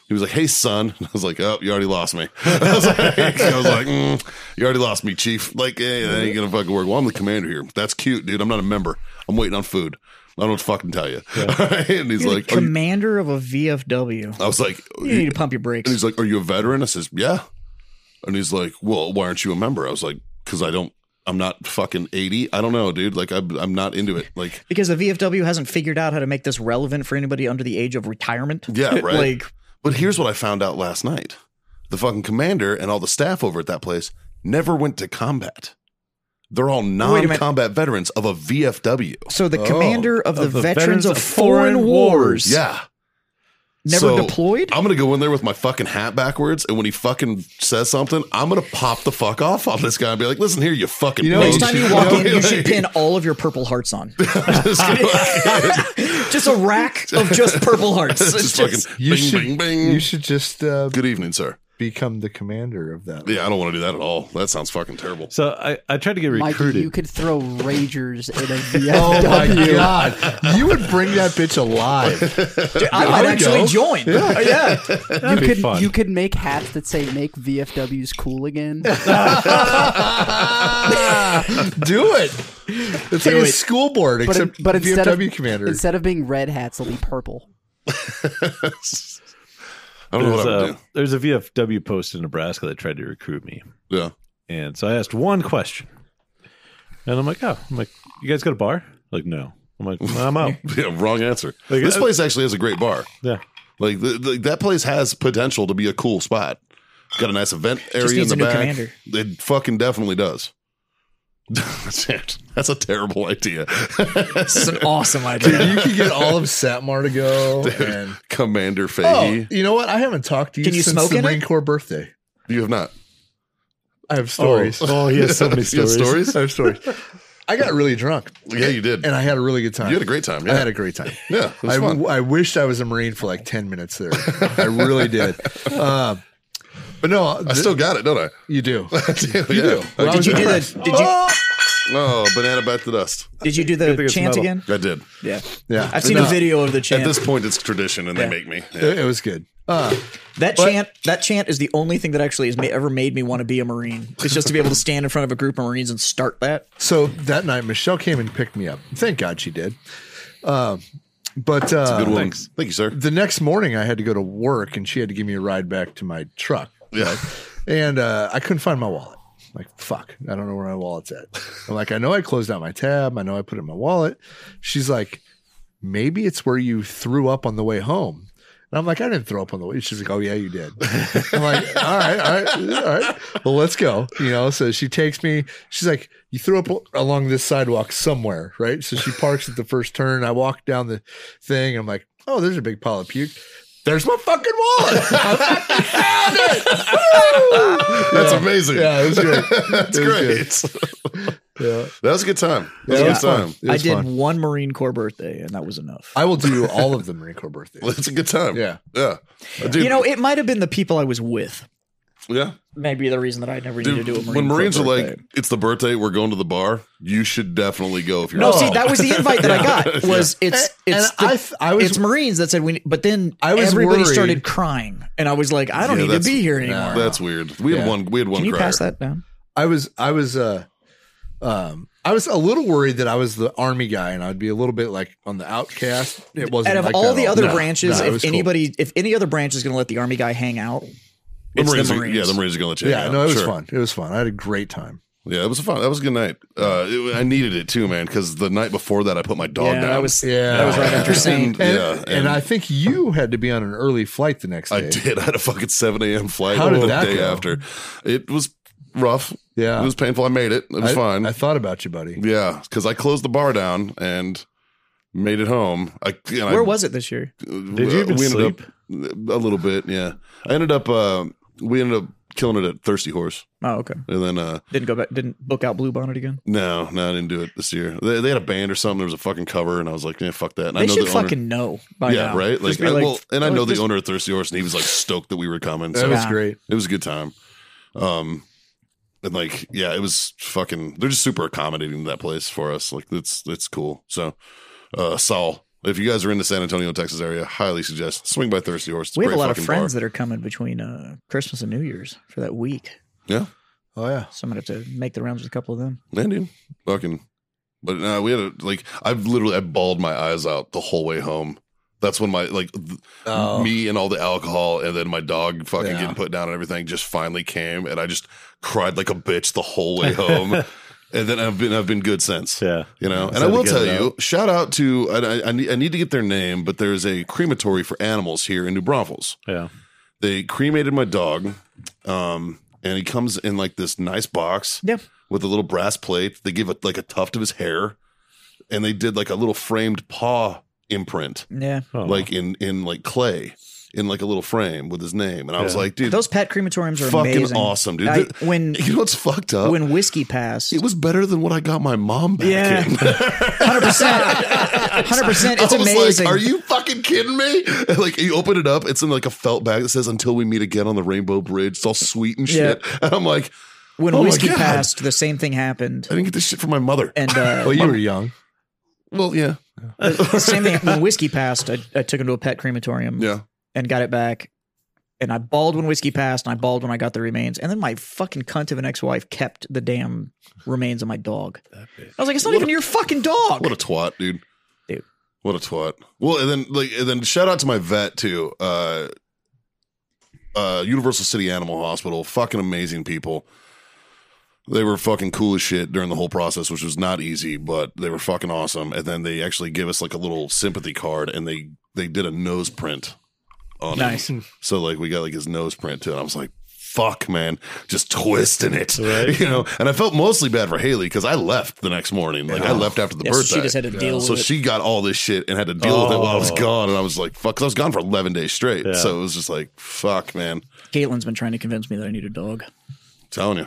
Speaker 1: He was like, "Hey, son." I was like, "Oh, you already lost me." I was like, I was like, mm, "You already lost me, chief." Like, hey, that ain't gonna fucking work. Well, I'm the commander here. That's cute, dude. I'm not a member. I'm waiting on food. I don't know what to fucking tell you. and he's
Speaker 2: You're
Speaker 1: like,
Speaker 2: the
Speaker 1: "Are you-"
Speaker 2: commander of a VFW.
Speaker 1: I was like,
Speaker 2: You need to pump your brakes.
Speaker 1: and he's like, "Are you a veteran?" I says, "Yeah." And he's like, "Well, why aren't you a member?" I was like, "Cause I don't. I'm not fucking eighty. I don't know, dude. Like, I'm, I'm not into it. Like,
Speaker 2: because the VFW hasn't figured out how to make this relevant for anybody under the age of retirement.
Speaker 1: yeah, right.
Speaker 2: Like,
Speaker 1: but here's what I found out last night: the fucking commander and all the staff over at that place never went to combat. They're all
Speaker 2: minute.
Speaker 1: non-combat veterans of a VFW.
Speaker 2: so the commander of, the,
Speaker 4: of the
Speaker 2: veterans,
Speaker 4: Veterans
Speaker 2: of
Speaker 4: of
Speaker 2: Foreign,
Speaker 4: Foreign
Speaker 2: Wars,
Speaker 1: Yeah.
Speaker 2: never
Speaker 1: So,
Speaker 2: deployed.
Speaker 1: I'm gonna go in there with my fucking hat backwards, and when he fucking says something, I'm gonna pop the fuck off on this guy and be like, "Listen here, you fucking."
Speaker 3: You know,
Speaker 1: pig."
Speaker 2: Next time you
Speaker 3: you
Speaker 2: walk
Speaker 3: know,
Speaker 2: in, you should
Speaker 1: Like-
Speaker 2: pin all of your purple hearts on.
Speaker 1: Just go-
Speaker 2: just a rack of just purple hearts.
Speaker 1: It's
Speaker 2: It's
Speaker 1: just,
Speaker 2: just-
Speaker 1: fucking
Speaker 3: You
Speaker 1: bing,
Speaker 3: should,
Speaker 1: bing, bing.
Speaker 3: you should just uh,
Speaker 1: Good evening, sir.
Speaker 3: become the commander of that.
Speaker 1: Yeah, I don't want to do that at all. That sounds fucking terrible.
Speaker 4: So I, I tried to get
Speaker 5: Mike,
Speaker 4: recruited.
Speaker 5: you could throw Ragers in a
Speaker 3: Oh my
Speaker 5: VFW.
Speaker 3: god, you would bring that bitch alive.
Speaker 2: dude, I might
Speaker 3: There we
Speaker 2: actually
Speaker 3: go.
Speaker 2: join. Uh, Yeah.
Speaker 4: That'd
Speaker 5: you
Speaker 4: be
Speaker 5: could
Speaker 4: fun.
Speaker 5: you could make hats that say "Make VFWs cool again."
Speaker 3: Do it. It's like a
Speaker 2: it.
Speaker 3: school board,
Speaker 5: But, in-
Speaker 3: except
Speaker 5: but instead
Speaker 3: VFW
Speaker 5: of
Speaker 3: commander.
Speaker 5: instead of being red hats, it'll be purple.
Speaker 1: I don't know
Speaker 4: There's
Speaker 1: what I would
Speaker 4: a, there's a VFW post in Nebraska that tried to recruit me.
Speaker 1: do. Yeah.
Speaker 4: And so I asked one question. And I'm like, oh, I'm like, you guys got a bar? Like, no. I'm like, well, I'm out.
Speaker 1: Yeah, wrong answer.
Speaker 4: Like,
Speaker 1: this
Speaker 4: uh,
Speaker 1: place actually has a great bar.
Speaker 4: yeah.
Speaker 1: Like th th- that place has potential to be a cool spot. Got a nice event area
Speaker 2: needs
Speaker 1: in the
Speaker 2: a new
Speaker 1: back.
Speaker 2: commander.
Speaker 1: It fucking definitely does. Shit, That's a terrible idea.
Speaker 2: This is an awesome idea.
Speaker 3: you could get all of Satmar to go. And,
Speaker 1: Commander
Speaker 3: oh,
Speaker 1: Fahey,
Speaker 3: you know what? I haven't talked to you,
Speaker 2: Can you
Speaker 3: since
Speaker 2: smoke
Speaker 3: the
Speaker 2: in it?
Speaker 3: Marine Corps birthday.
Speaker 1: you have not.
Speaker 3: I have stories.
Speaker 4: Oh, he has so many
Speaker 1: You have
Speaker 4: stories.
Speaker 1: stories?
Speaker 3: I have stories. I got really drunk,
Speaker 1: Yeah, you did.
Speaker 3: and I had a really good time.
Speaker 1: you had a great time. Yeah,
Speaker 3: I had a great time.
Speaker 1: yeah. It was
Speaker 3: I,
Speaker 1: fun.
Speaker 3: I wished I was a Marine for like 10 minutes there. I really did. Um, but no,
Speaker 1: I
Speaker 3: th-
Speaker 1: still got it, don't I?
Speaker 3: you do.
Speaker 1: you do.
Speaker 3: Well,
Speaker 2: Did you do the? Did you?
Speaker 1: Oh, banana back to dust.
Speaker 2: Did you do
Speaker 4: thing
Speaker 2: the
Speaker 4: it's
Speaker 2: chant
Speaker 4: metal.
Speaker 2: again?
Speaker 1: I did.
Speaker 2: Yeah,
Speaker 3: Yeah.
Speaker 2: I've seen
Speaker 3: No,
Speaker 2: a video of the chant.
Speaker 1: At this point, it's tradition, and
Speaker 2: Yeah.
Speaker 1: they make me. Yeah.
Speaker 3: It, it was good. Uh,
Speaker 2: That chant, that chant is the only thing that actually has ma- ever made me want to be a Marine. It's just to be able to stand in front of a group of Marines and start that.
Speaker 3: so that night, Michelle came and picked me up. Thank God she did. Um, but uh,
Speaker 1: Good one. Thank you, sir.
Speaker 3: the next morning, I had to go to work and she had to give me a ride back to my truck.
Speaker 1: Yeah.
Speaker 3: And uh, I couldn't find my wallet. Like, fuck, I don't know where my wallet's at. I'm like, I know I closed out my tab. I know I put it in my wallet. She's like, maybe it's where you threw up on the way home. And I'm like, I didn't throw up on the way. She's like, oh, yeah, you did. I'm like, all right, all right, all right. Well, let's go. You know, so she takes me. She's like, you threw up along this sidewalk somewhere, right? So she parks at the first turn. I walk down the thing. I'm like, oh, there's a big pile of puke. There's my fucking wallet.
Speaker 1: That's amazing.
Speaker 3: yeah, it was great.
Speaker 1: That's
Speaker 3: It was good.
Speaker 1: great.
Speaker 3: Yeah.
Speaker 1: That was a good time. That
Speaker 3: Yeah, it
Speaker 1: was
Speaker 3: was
Speaker 1: a good time.
Speaker 3: fun. It
Speaker 2: I
Speaker 3: was
Speaker 2: did
Speaker 3: fun.
Speaker 2: one Marine Corps birthday, and that was enough.
Speaker 3: I will do all of the Marine Corps birthdays.
Speaker 1: That's a good time.
Speaker 3: Yeah.
Speaker 1: Yeah. Dude,
Speaker 2: you know, it might have been the people I was with.
Speaker 1: yeah.
Speaker 2: Maybe the reason that I never needed to
Speaker 1: Dude,
Speaker 2: do a Marine
Speaker 1: when
Speaker 2: Corps
Speaker 1: Marines are
Speaker 2: birthday.
Speaker 1: like, it's the birthday, we're going to the bar, you should definitely go if you're
Speaker 2: no,
Speaker 1: not.
Speaker 2: see, that was the invite that I got. Was it's
Speaker 3: And-
Speaker 2: it's
Speaker 3: and
Speaker 2: the-
Speaker 3: I th- I was-
Speaker 2: it's Marines that said we, but then
Speaker 3: I was
Speaker 2: everybody
Speaker 3: worried.
Speaker 2: started crying, and I was like, I don't
Speaker 1: Yeah,
Speaker 2: need to
Speaker 1: that's-
Speaker 2: be here anymore.
Speaker 1: That's weird. We had
Speaker 3: Yeah.
Speaker 1: one we had one
Speaker 2: Can you
Speaker 1: crier.
Speaker 2: pass that down?
Speaker 3: I was I was uh um I was a little worried that I was the army guy and I'd be a little bit like on the outcast. It wasn't
Speaker 2: Out of
Speaker 3: like that
Speaker 2: all the
Speaker 3: at
Speaker 2: other
Speaker 3: No,
Speaker 2: branches,
Speaker 3: no, it was
Speaker 2: if
Speaker 3: cool.
Speaker 2: anybody, if any other branch is going to let the army guy hang out,
Speaker 1: The
Speaker 2: it's
Speaker 1: Marines,
Speaker 2: the
Speaker 1: are-
Speaker 2: Marines.
Speaker 1: Yeah, the Marines are gonna let you.
Speaker 3: Yeah,
Speaker 1: hang out.
Speaker 3: no, it was
Speaker 1: Sure.
Speaker 3: fun. It was fun. I had a great time.
Speaker 1: Yeah, it was fun. That was a good night. Uh, it- I needed it too, man, because the night before that, I put my dog
Speaker 2: yeah,
Speaker 1: down.
Speaker 2: that was
Speaker 3: Yeah.
Speaker 2: that was right after saying
Speaker 3: And,
Speaker 1: yeah,
Speaker 3: and, I think you had to be on an early flight the next day.
Speaker 1: I did. I had a fucking 7 a.m. flight
Speaker 3: How did
Speaker 1: the
Speaker 3: that
Speaker 1: day
Speaker 3: go?
Speaker 1: after. It was rough.
Speaker 3: Yeah.
Speaker 1: It was painful. I made it. It was
Speaker 3: I,
Speaker 1: fine.
Speaker 3: I thought about you, buddy.
Speaker 1: yeah, because I closed the bar down and made it home. I, and I- uh,
Speaker 2: where was it this year?
Speaker 4: Did you even
Speaker 1: we
Speaker 4: sleep?
Speaker 1: ended up a little bit, yeah. I ended up, uh, we ended up killing it at Thirsty Horse.
Speaker 2: Oh, okay.
Speaker 1: And then, uh,
Speaker 2: Didn't go back. Didn't book out Blue Bonnet again.
Speaker 1: no, no, I didn't do it this year. They, they had a band or something. There was a fucking cover, and I was like, yeah, fuck that. And
Speaker 2: They
Speaker 1: I know
Speaker 2: should
Speaker 1: the owner-
Speaker 2: fucking know by
Speaker 1: yeah,
Speaker 2: now.
Speaker 1: right.
Speaker 2: Just
Speaker 1: Like,
Speaker 2: be
Speaker 1: I, well, and I
Speaker 2: like, "Oh,
Speaker 1: know
Speaker 2: this-
Speaker 1: the owner of Thirsty Horse, and he was like stoked that we were coming.
Speaker 3: That
Speaker 1: So
Speaker 3: was
Speaker 2: Yeah.
Speaker 3: great.
Speaker 1: it was a good time. Um, and like, yeah, it was fucking. They're just super accommodating to that place for us. Like, it's it's cool. So, uh, Saul If you guys are in the San Antonio, Texas area, highly suggest swing by Thirsty Horse. It's
Speaker 2: we have a
Speaker 1: great
Speaker 2: lot of
Speaker 1: fucking
Speaker 2: friends
Speaker 1: bar.
Speaker 2: that are coming between uh, Christmas and New Year's for that week.
Speaker 1: yeah,
Speaker 3: Oh yeah.
Speaker 2: So I'm gonna have to make the rounds with a couple of them.
Speaker 1: man, dude, fucking. But no, we had a, like I've literally I bawled my eyes out the whole way home. That's when my like th-
Speaker 3: Oh.
Speaker 1: me and all the alcohol and then my dog fucking
Speaker 3: Yeah.
Speaker 1: getting put down and everything just finally came and I just cried like a bitch the whole way home. and then I've been I've been good since.
Speaker 4: Yeah.
Speaker 1: You know, and
Speaker 4: So
Speaker 1: I
Speaker 4: to
Speaker 1: will
Speaker 4: get
Speaker 1: tell
Speaker 4: it
Speaker 1: you, shout out to I, I- I, need, I need to get their name, but there's a crematory for animals here in New Braunfels.
Speaker 4: Yeah.
Speaker 1: They cremated my dog, um, and he comes in like this nice box
Speaker 2: Yeah.
Speaker 1: with a little brass plate. They give it like a tuft of his hair, and they did like a little framed paw imprint,
Speaker 2: Yeah.
Speaker 4: Oh,
Speaker 1: like in in like clay, in like a little frame with his name. And I was
Speaker 4: Yeah.
Speaker 1: like, dude,
Speaker 2: Those pet crematoriums are
Speaker 1: fucking
Speaker 2: amazing.
Speaker 1: awesome, dude.
Speaker 2: I-
Speaker 1: Th-
Speaker 2: when
Speaker 1: you know what's fucked up?
Speaker 2: when whiskey passed,
Speaker 1: it was better than what I got my mom back
Speaker 2: Yeah.
Speaker 1: in.
Speaker 2: hundred percent, hundred percent. It's
Speaker 1: I was
Speaker 2: amazing.
Speaker 1: like, "Are you fucking kidding me?" And, like you open it up, it's in like a felt bag that says "Until we meet again on the Rainbow Bridge." It's all sweet and shit. And I'm like,
Speaker 2: when
Speaker 1: Oh my
Speaker 2: whiskey
Speaker 1: God.
Speaker 2: passed, the same thing happened,
Speaker 1: I didn't get this shit from my mother.
Speaker 2: and uh,
Speaker 3: Well, you were young.
Speaker 1: well, yeah,
Speaker 2: the same thing when whiskey passed. I, I took him to a pet crematorium
Speaker 1: yeah.
Speaker 2: and got it back. And I bawled when whiskey passed, and I bawled when I got the remains. And then my fucking cunt of an ex-wife kept the damn remains of my dog. I was like, it's not even your fucking dog.
Speaker 1: What a twat, dude.
Speaker 2: Dude.
Speaker 1: What a twat. Well, and then like and then shout out to my vet too. Uh uh Universal City Animal Hospital. Fucking amazing people. They were fucking cool as shit during the whole process, which was not easy, but they were fucking awesome. And then they actually gave us like a little sympathy card and they they did a nose print on it.
Speaker 2: nice.
Speaker 1: So like we got like his nose print too, and I was like, "Fuck, man, just twisting it,"
Speaker 4: Right.
Speaker 1: you know. And I felt mostly bad for Haley because I left the next morning. Like I left after the
Speaker 2: Yeah, so
Speaker 1: birthday.
Speaker 2: she just had to deal
Speaker 1: So
Speaker 2: with it.
Speaker 1: she got all this shit and had to deal with it while I was
Speaker 4: Oh.
Speaker 1: gone, and I was like, "Fuck," 'cause I was gone for eleven days straight.
Speaker 4: Yeah.
Speaker 1: So it was just like, "Fuck, man,"
Speaker 2: Caitlin's been trying to convince me that I need a dog.
Speaker 1: telling you,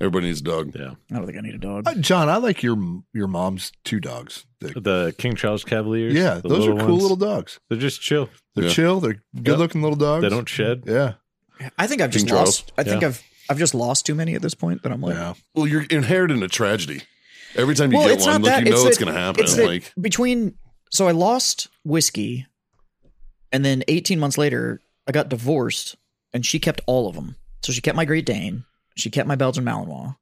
Speaker 1: everybody needs a dog.
Speaker 4: Yeah.
Speaker 2: I don't think I need a dog.
Speaker 3: Uh, John, I like your your mom's two dogs. They're-
Speaker 4: The King Charles Cavaliers.
Speaker 3: yeah,
Speaker 4: the
Speaker 3: those are cool
Speaker 4: ones.
Speaker 3: little dogs.
Speaker 4: They're just chill.
Speaker 3: They're
Speaker 1: Yeah.
Speaker 3: chill. They're good looking little dogs.
Speaker 4: They don't shed.
Speaker 3: Yeah.
Speaker 2: I think I've just
Speaker 1: King Charles.
Speaker 2: lost. I think
Speaker 4: Yeah.
Speaker 2: I've I've just lost too many at this point. That I'm like,
Speaker 3: Yeah.
Speaker 1: Well, you're inheriting a tragedy. Every time you
Speaker 2: well,
Speaker 1: get
Speaker 2: it's
Speaker 1: one,
Speaker 2: not
Speaker 1: like
Speaker 2: that.
Speaker 1: you know it's,
Speaker 2: that-
Speaker 1: going to happen.
Speaker 2: it's that
Speaker 1: like,
Speaker 2: between so I lost whiskey, and then 18 months later I got divorced, and she kept all of them. So she kept my Great Dane, she kept my Belgian Malinois,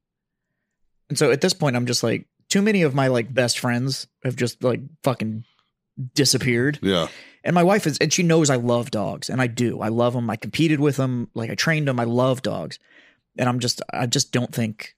Speaker 2: and so at this point I'm just like, too many of my like best friends have just like fucking disappeared.
Speaker 1: yeah,
Speaker 2: And my wife is, and she knows I love dogs, and I do. I love them. I competed with them, like I trained them. I love dogs, and I'm just, I just don't think,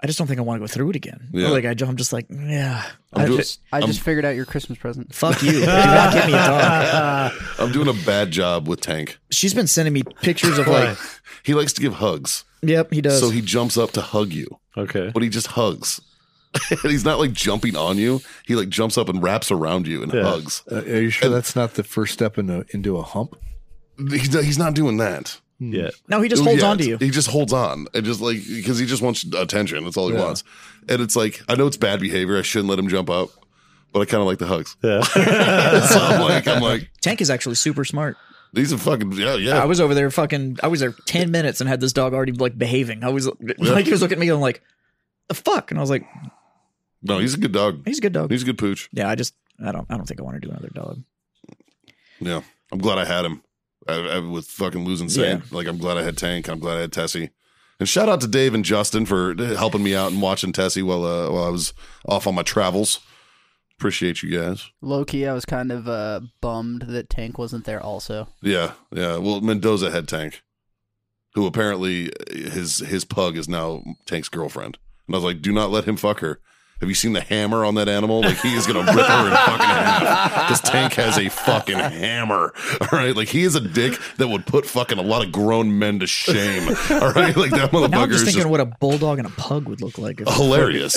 Speaker 2: I just don't think I want to go through it again.
Speaker 1: Yeah.
Speaker 2: Like I, ju- I'm just like, yeah,
Speaker 1: I'm
Speaker 2: I
Speaker 1: doing-
Speaker 2: just,
Speaker 5: I just figured out your Christmas present.
Speaker 2: fuck you. do not give me a dog.
Speaker 1: I'm doing a bad job with Tank.
Speaker 2: She's been sending me pictures of like,
Speaker 1: He likes to give hugs,
Speaker 2: yep, he does.
Speaker 1: so he jumps up to hug you.
Speaker 4: Okay.
Speaker 1: but he just hugs. and he's not like jumping on you. He like jumps up and wraps around you and
Speaker 4: Yeah.
Speaker 1: hugs.
Speaker 3: Uh, are you sure that's not the first step into into a hump?
Speaker 1: He's not, he's not doing that. Oh,
Speaker 4: Yeah.
Speaker 2: no, he just holds
Speaker 1: Yeah,
Speaker 2: on to you.
Speaker 1: it's- He just holds on and just like because he just wants attention. That's all he
Speaker 3: Yeah.
Speaker 1: wants. And it's like I know it's bad behavior. I shouldn't let him jump up, but I kind of like the hugs.
Speaker 4: Yeah.
Speaker 1: so I'm like, I'm like,
Speaker 2: Tank is actually super smart.
Speaker 1: these are fucking yeah, yeah.
Speaker 2: I was over there fucking. I was there ten minutes and had this dog already like behaving. I was like, he was looking at me and I'm like, the fuck, and I was like,
Speaker 1: no, he's a good dog.
Speaker 2: he's a good dog.
Speaker 1: He's a good pooch.
Speaker 2: yeah, I just, I don't, I don't think I want to do another dog.
Speaker 1: Yeah, I'm glad I had him. I, I with fucking losing Saint. Like I'm glad I had Tank. I'm glad I had Tessie. And shout out to Dave and Justin for uh, helping me out and watching Tessie while uh, while I was off on my travels. Appreciate you guys.
Speaker 5: Low key, I was kind of uh, bummed that Tank wasn't there. Also,
Speaker 1: Yeah, yeah. Well, Mendoza had Tank, who apparently his his pug is now Tank's girlfriend. And I was like, do not let him fuck her. Have you seen the hammer on that animal? Like he is gonna rip her in fucking half. Because Tank has a fucking hammer. All right. Like he is a dick that would put fucking a lot of grown men to shame. All right. Like that
Speaker 2: Now I'm
Speaker 1: motherfucker
Speaker 2: just
Speaker 1: is
Speaker 2: thinking
Speaker 1: just
Speaker 2: what a bulldog and a pug would look like. If
Speaker 1: hilarious.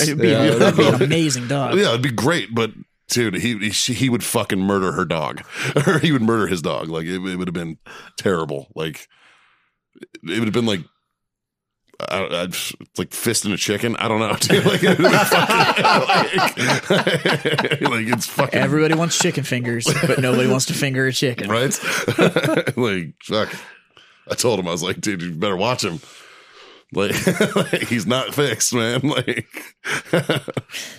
Speaker 2: It'd be,
Speaker 3: Yeah.
Speaker 2: that'd be an amazing dog.
Speaker 1: Yeah, it'd be great, but dude, he he, she, he would fucking murder her dog, or he would murder his dog. Like it, it would have been terrible. Like it would have been like. I, don't- I just, it's like fist in a chicken. I don't know. Dude. Like, it would've been fucking, like, like, it's fucking
Speaker 2: Everybody wants chicken fingers, but nobody wants to finger a chicken.
Speaker 1: right. like fuck. I told him I was like, dude, you better watch him. Like, he's not fixed, man. Like, that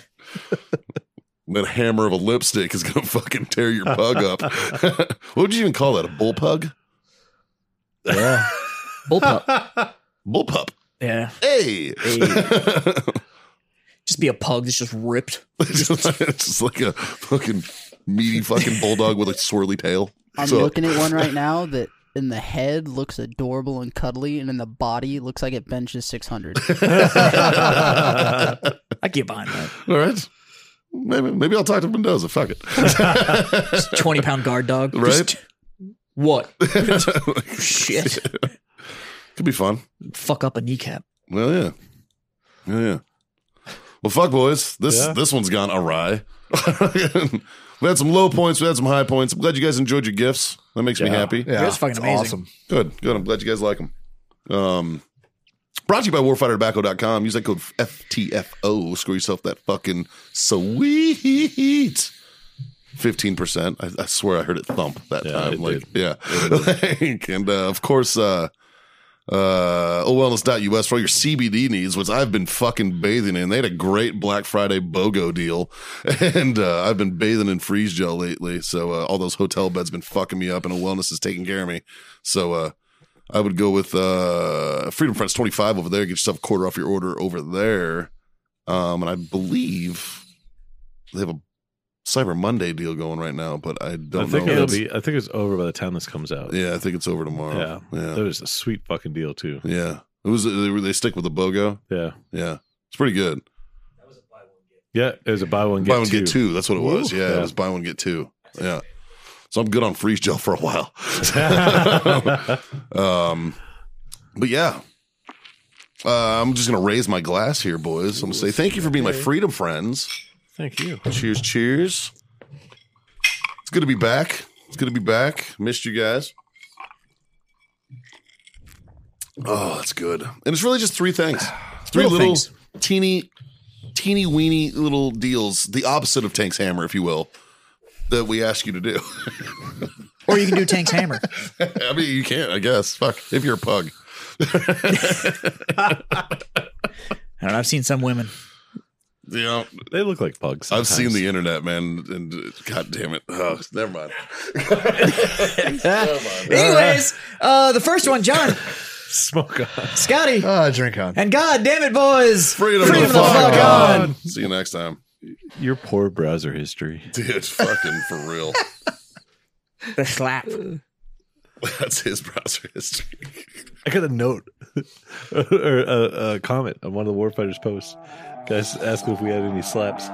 Speaker 1: hammer of a lipstick is gonna fucking tear your pug up. what would you even call that? A bull pug?
Speaker 3: Yeah.
Speaker 2: Bullpup.
Speaker 1: Bull pup.
Speaker 2: yeah.
Speaker 1: Hey.
Speaker 2: Just be a pug that's just ripped.
Speaker 1: just, just like a fucking meaty fucking bulldog with a swirly tail.
Speaker 5: I'm
Speaker 1: So-
Speaker 5: looking at one right now that in the head looks adorable and cuddly, and in the body looks like it benches 600.
Speaker 2: I get behind that.
Speaker 1: All right. Maybe maybe I'll talk to Mendoza. Fuck it.
Speaker 2: Just twenty pound guard dog. Just- what? Shit.
Speaker 1: Could be fun.
Speaker 2: Fuck up a kneecap.
Speaker 1: Well, yeah, yeah, yeah. Well, fuck, boys. This
Speaker 4: Yeah.
Speaker 1: this one's gone awry. we had some low points. We had some high points. I'm glad you guys enjoyed your gifts. That makes me
Speaker 4: Yeah.
Speaker 1: happy.
Speaker 3: Yeah.
Speaker 2: That's fucking
Speaker 3: Ah, it's
Speaker 2: amazing.
Speaker 3: Awesome.
Speaker 1: Good, good. I'm glad you guys like them. Um, brought to you by WarfighterTobacco.com. Use that code FTFO. Score yourself that fucking sweet. 15%. I, I swear I heard it thump that
Speaker 4: Yeah,
Speaker 1: time.
Speaker 4: it
Speaker 1: Like, yeah. Like, and uh, of course, uh, uh, owellness.us for all your CBD needs, which I've been fucking bathing in. They had a great Black Friday BOGO deal, and uh, I've been bathing in freeze gel lately. So uh, all those hotel beds been fucking me up, and Wellness is taking care of me. So uh, I would go with uh, Freedom Friends 25 over there. Get yourself a quarter off your order over there. Um, and I believe they have a Cyber Monday deal going right now, but I
Speaker 4: I
Speaker 1: don't
Speaker 4: think
Speaker 1: know.
Speaker 4: it'll
Speaker 1: if it's-
Speaker 4: be. I think it's over by the time this comes out.
Speaker 1: Yeah, I think it's over tomorrow.
Speaker 4: yeah.
Speaker 1: yeah.
Speaker 4: That was a sweet fucking deal too.
Speaker 1: Yeah. It was they, were- they stick with the BOGO.
Speaker 4: Yeah,
Speaker 1: Yeah. It's pretty good.
Speaker 4: yeah. It was a buy one get
Speaker 1: buy one
Speaker 4: two.
Speaker 1: get two. That's what it was.
Speaker 4: Ooh.
Speaker 1: yeah, it
Speaker 4: Yeah.
Speaker 1: was buy one get two. Yeah. So I'm good on freeze gel for a while. um, but yeah, uh, I'm just gonna raise my glass here, boys. I'm gonna say thank you for being my freedom friends.
Speaker 4: Thank you.
Speaker 1: Cheers, cheers. It's good to be back. It's good to be back. Missed you guys. Oh, that's good. And it's really just three things. Three
Speaker 2: Little
Speaker 1: little,
Speaker 2: things.
Speaker 1: teeny, teeny weeny little deals, the opposite of Tank's Hammer, if you will, that we ask you to do.
Speaker 2: Or you can do Tank's hammer.
Speaker 1: I mean, you can't, I guess. Fuck, if you're a pug.
Speaker 2: I don't know. I've seen some women.
Speaker 1: You know,
Speaker 4: They look like bugs.
Speaker 1: I've seen
Speaker 4: sometimes.
Speaker 1: the internet, man, and uh, god damn it. Oh, never mind.
Speaker 2: Anyways, uh, the first one, John,
Speaker 4: smoke. on.
Speaker 2: Scotty,
Speaker 3: Ah, drink on.
Speaker 2: and God damn it, boys.
Speaker 1: Freedom,
Speaker 2: Freedom
Speaker 1: the fuck,
Speaker 2: on.
Speaker 1: on. See you next time.
Speaker 4: Your poor browser history.
Speaker 1: Dude, fucking for real.
Speaker 2: The slap.
Speaker 1: That's his browser history.
Speaker 4: I got a note or a, a comment on one of the Warfighters posts. Guys, ask if we had any slaps.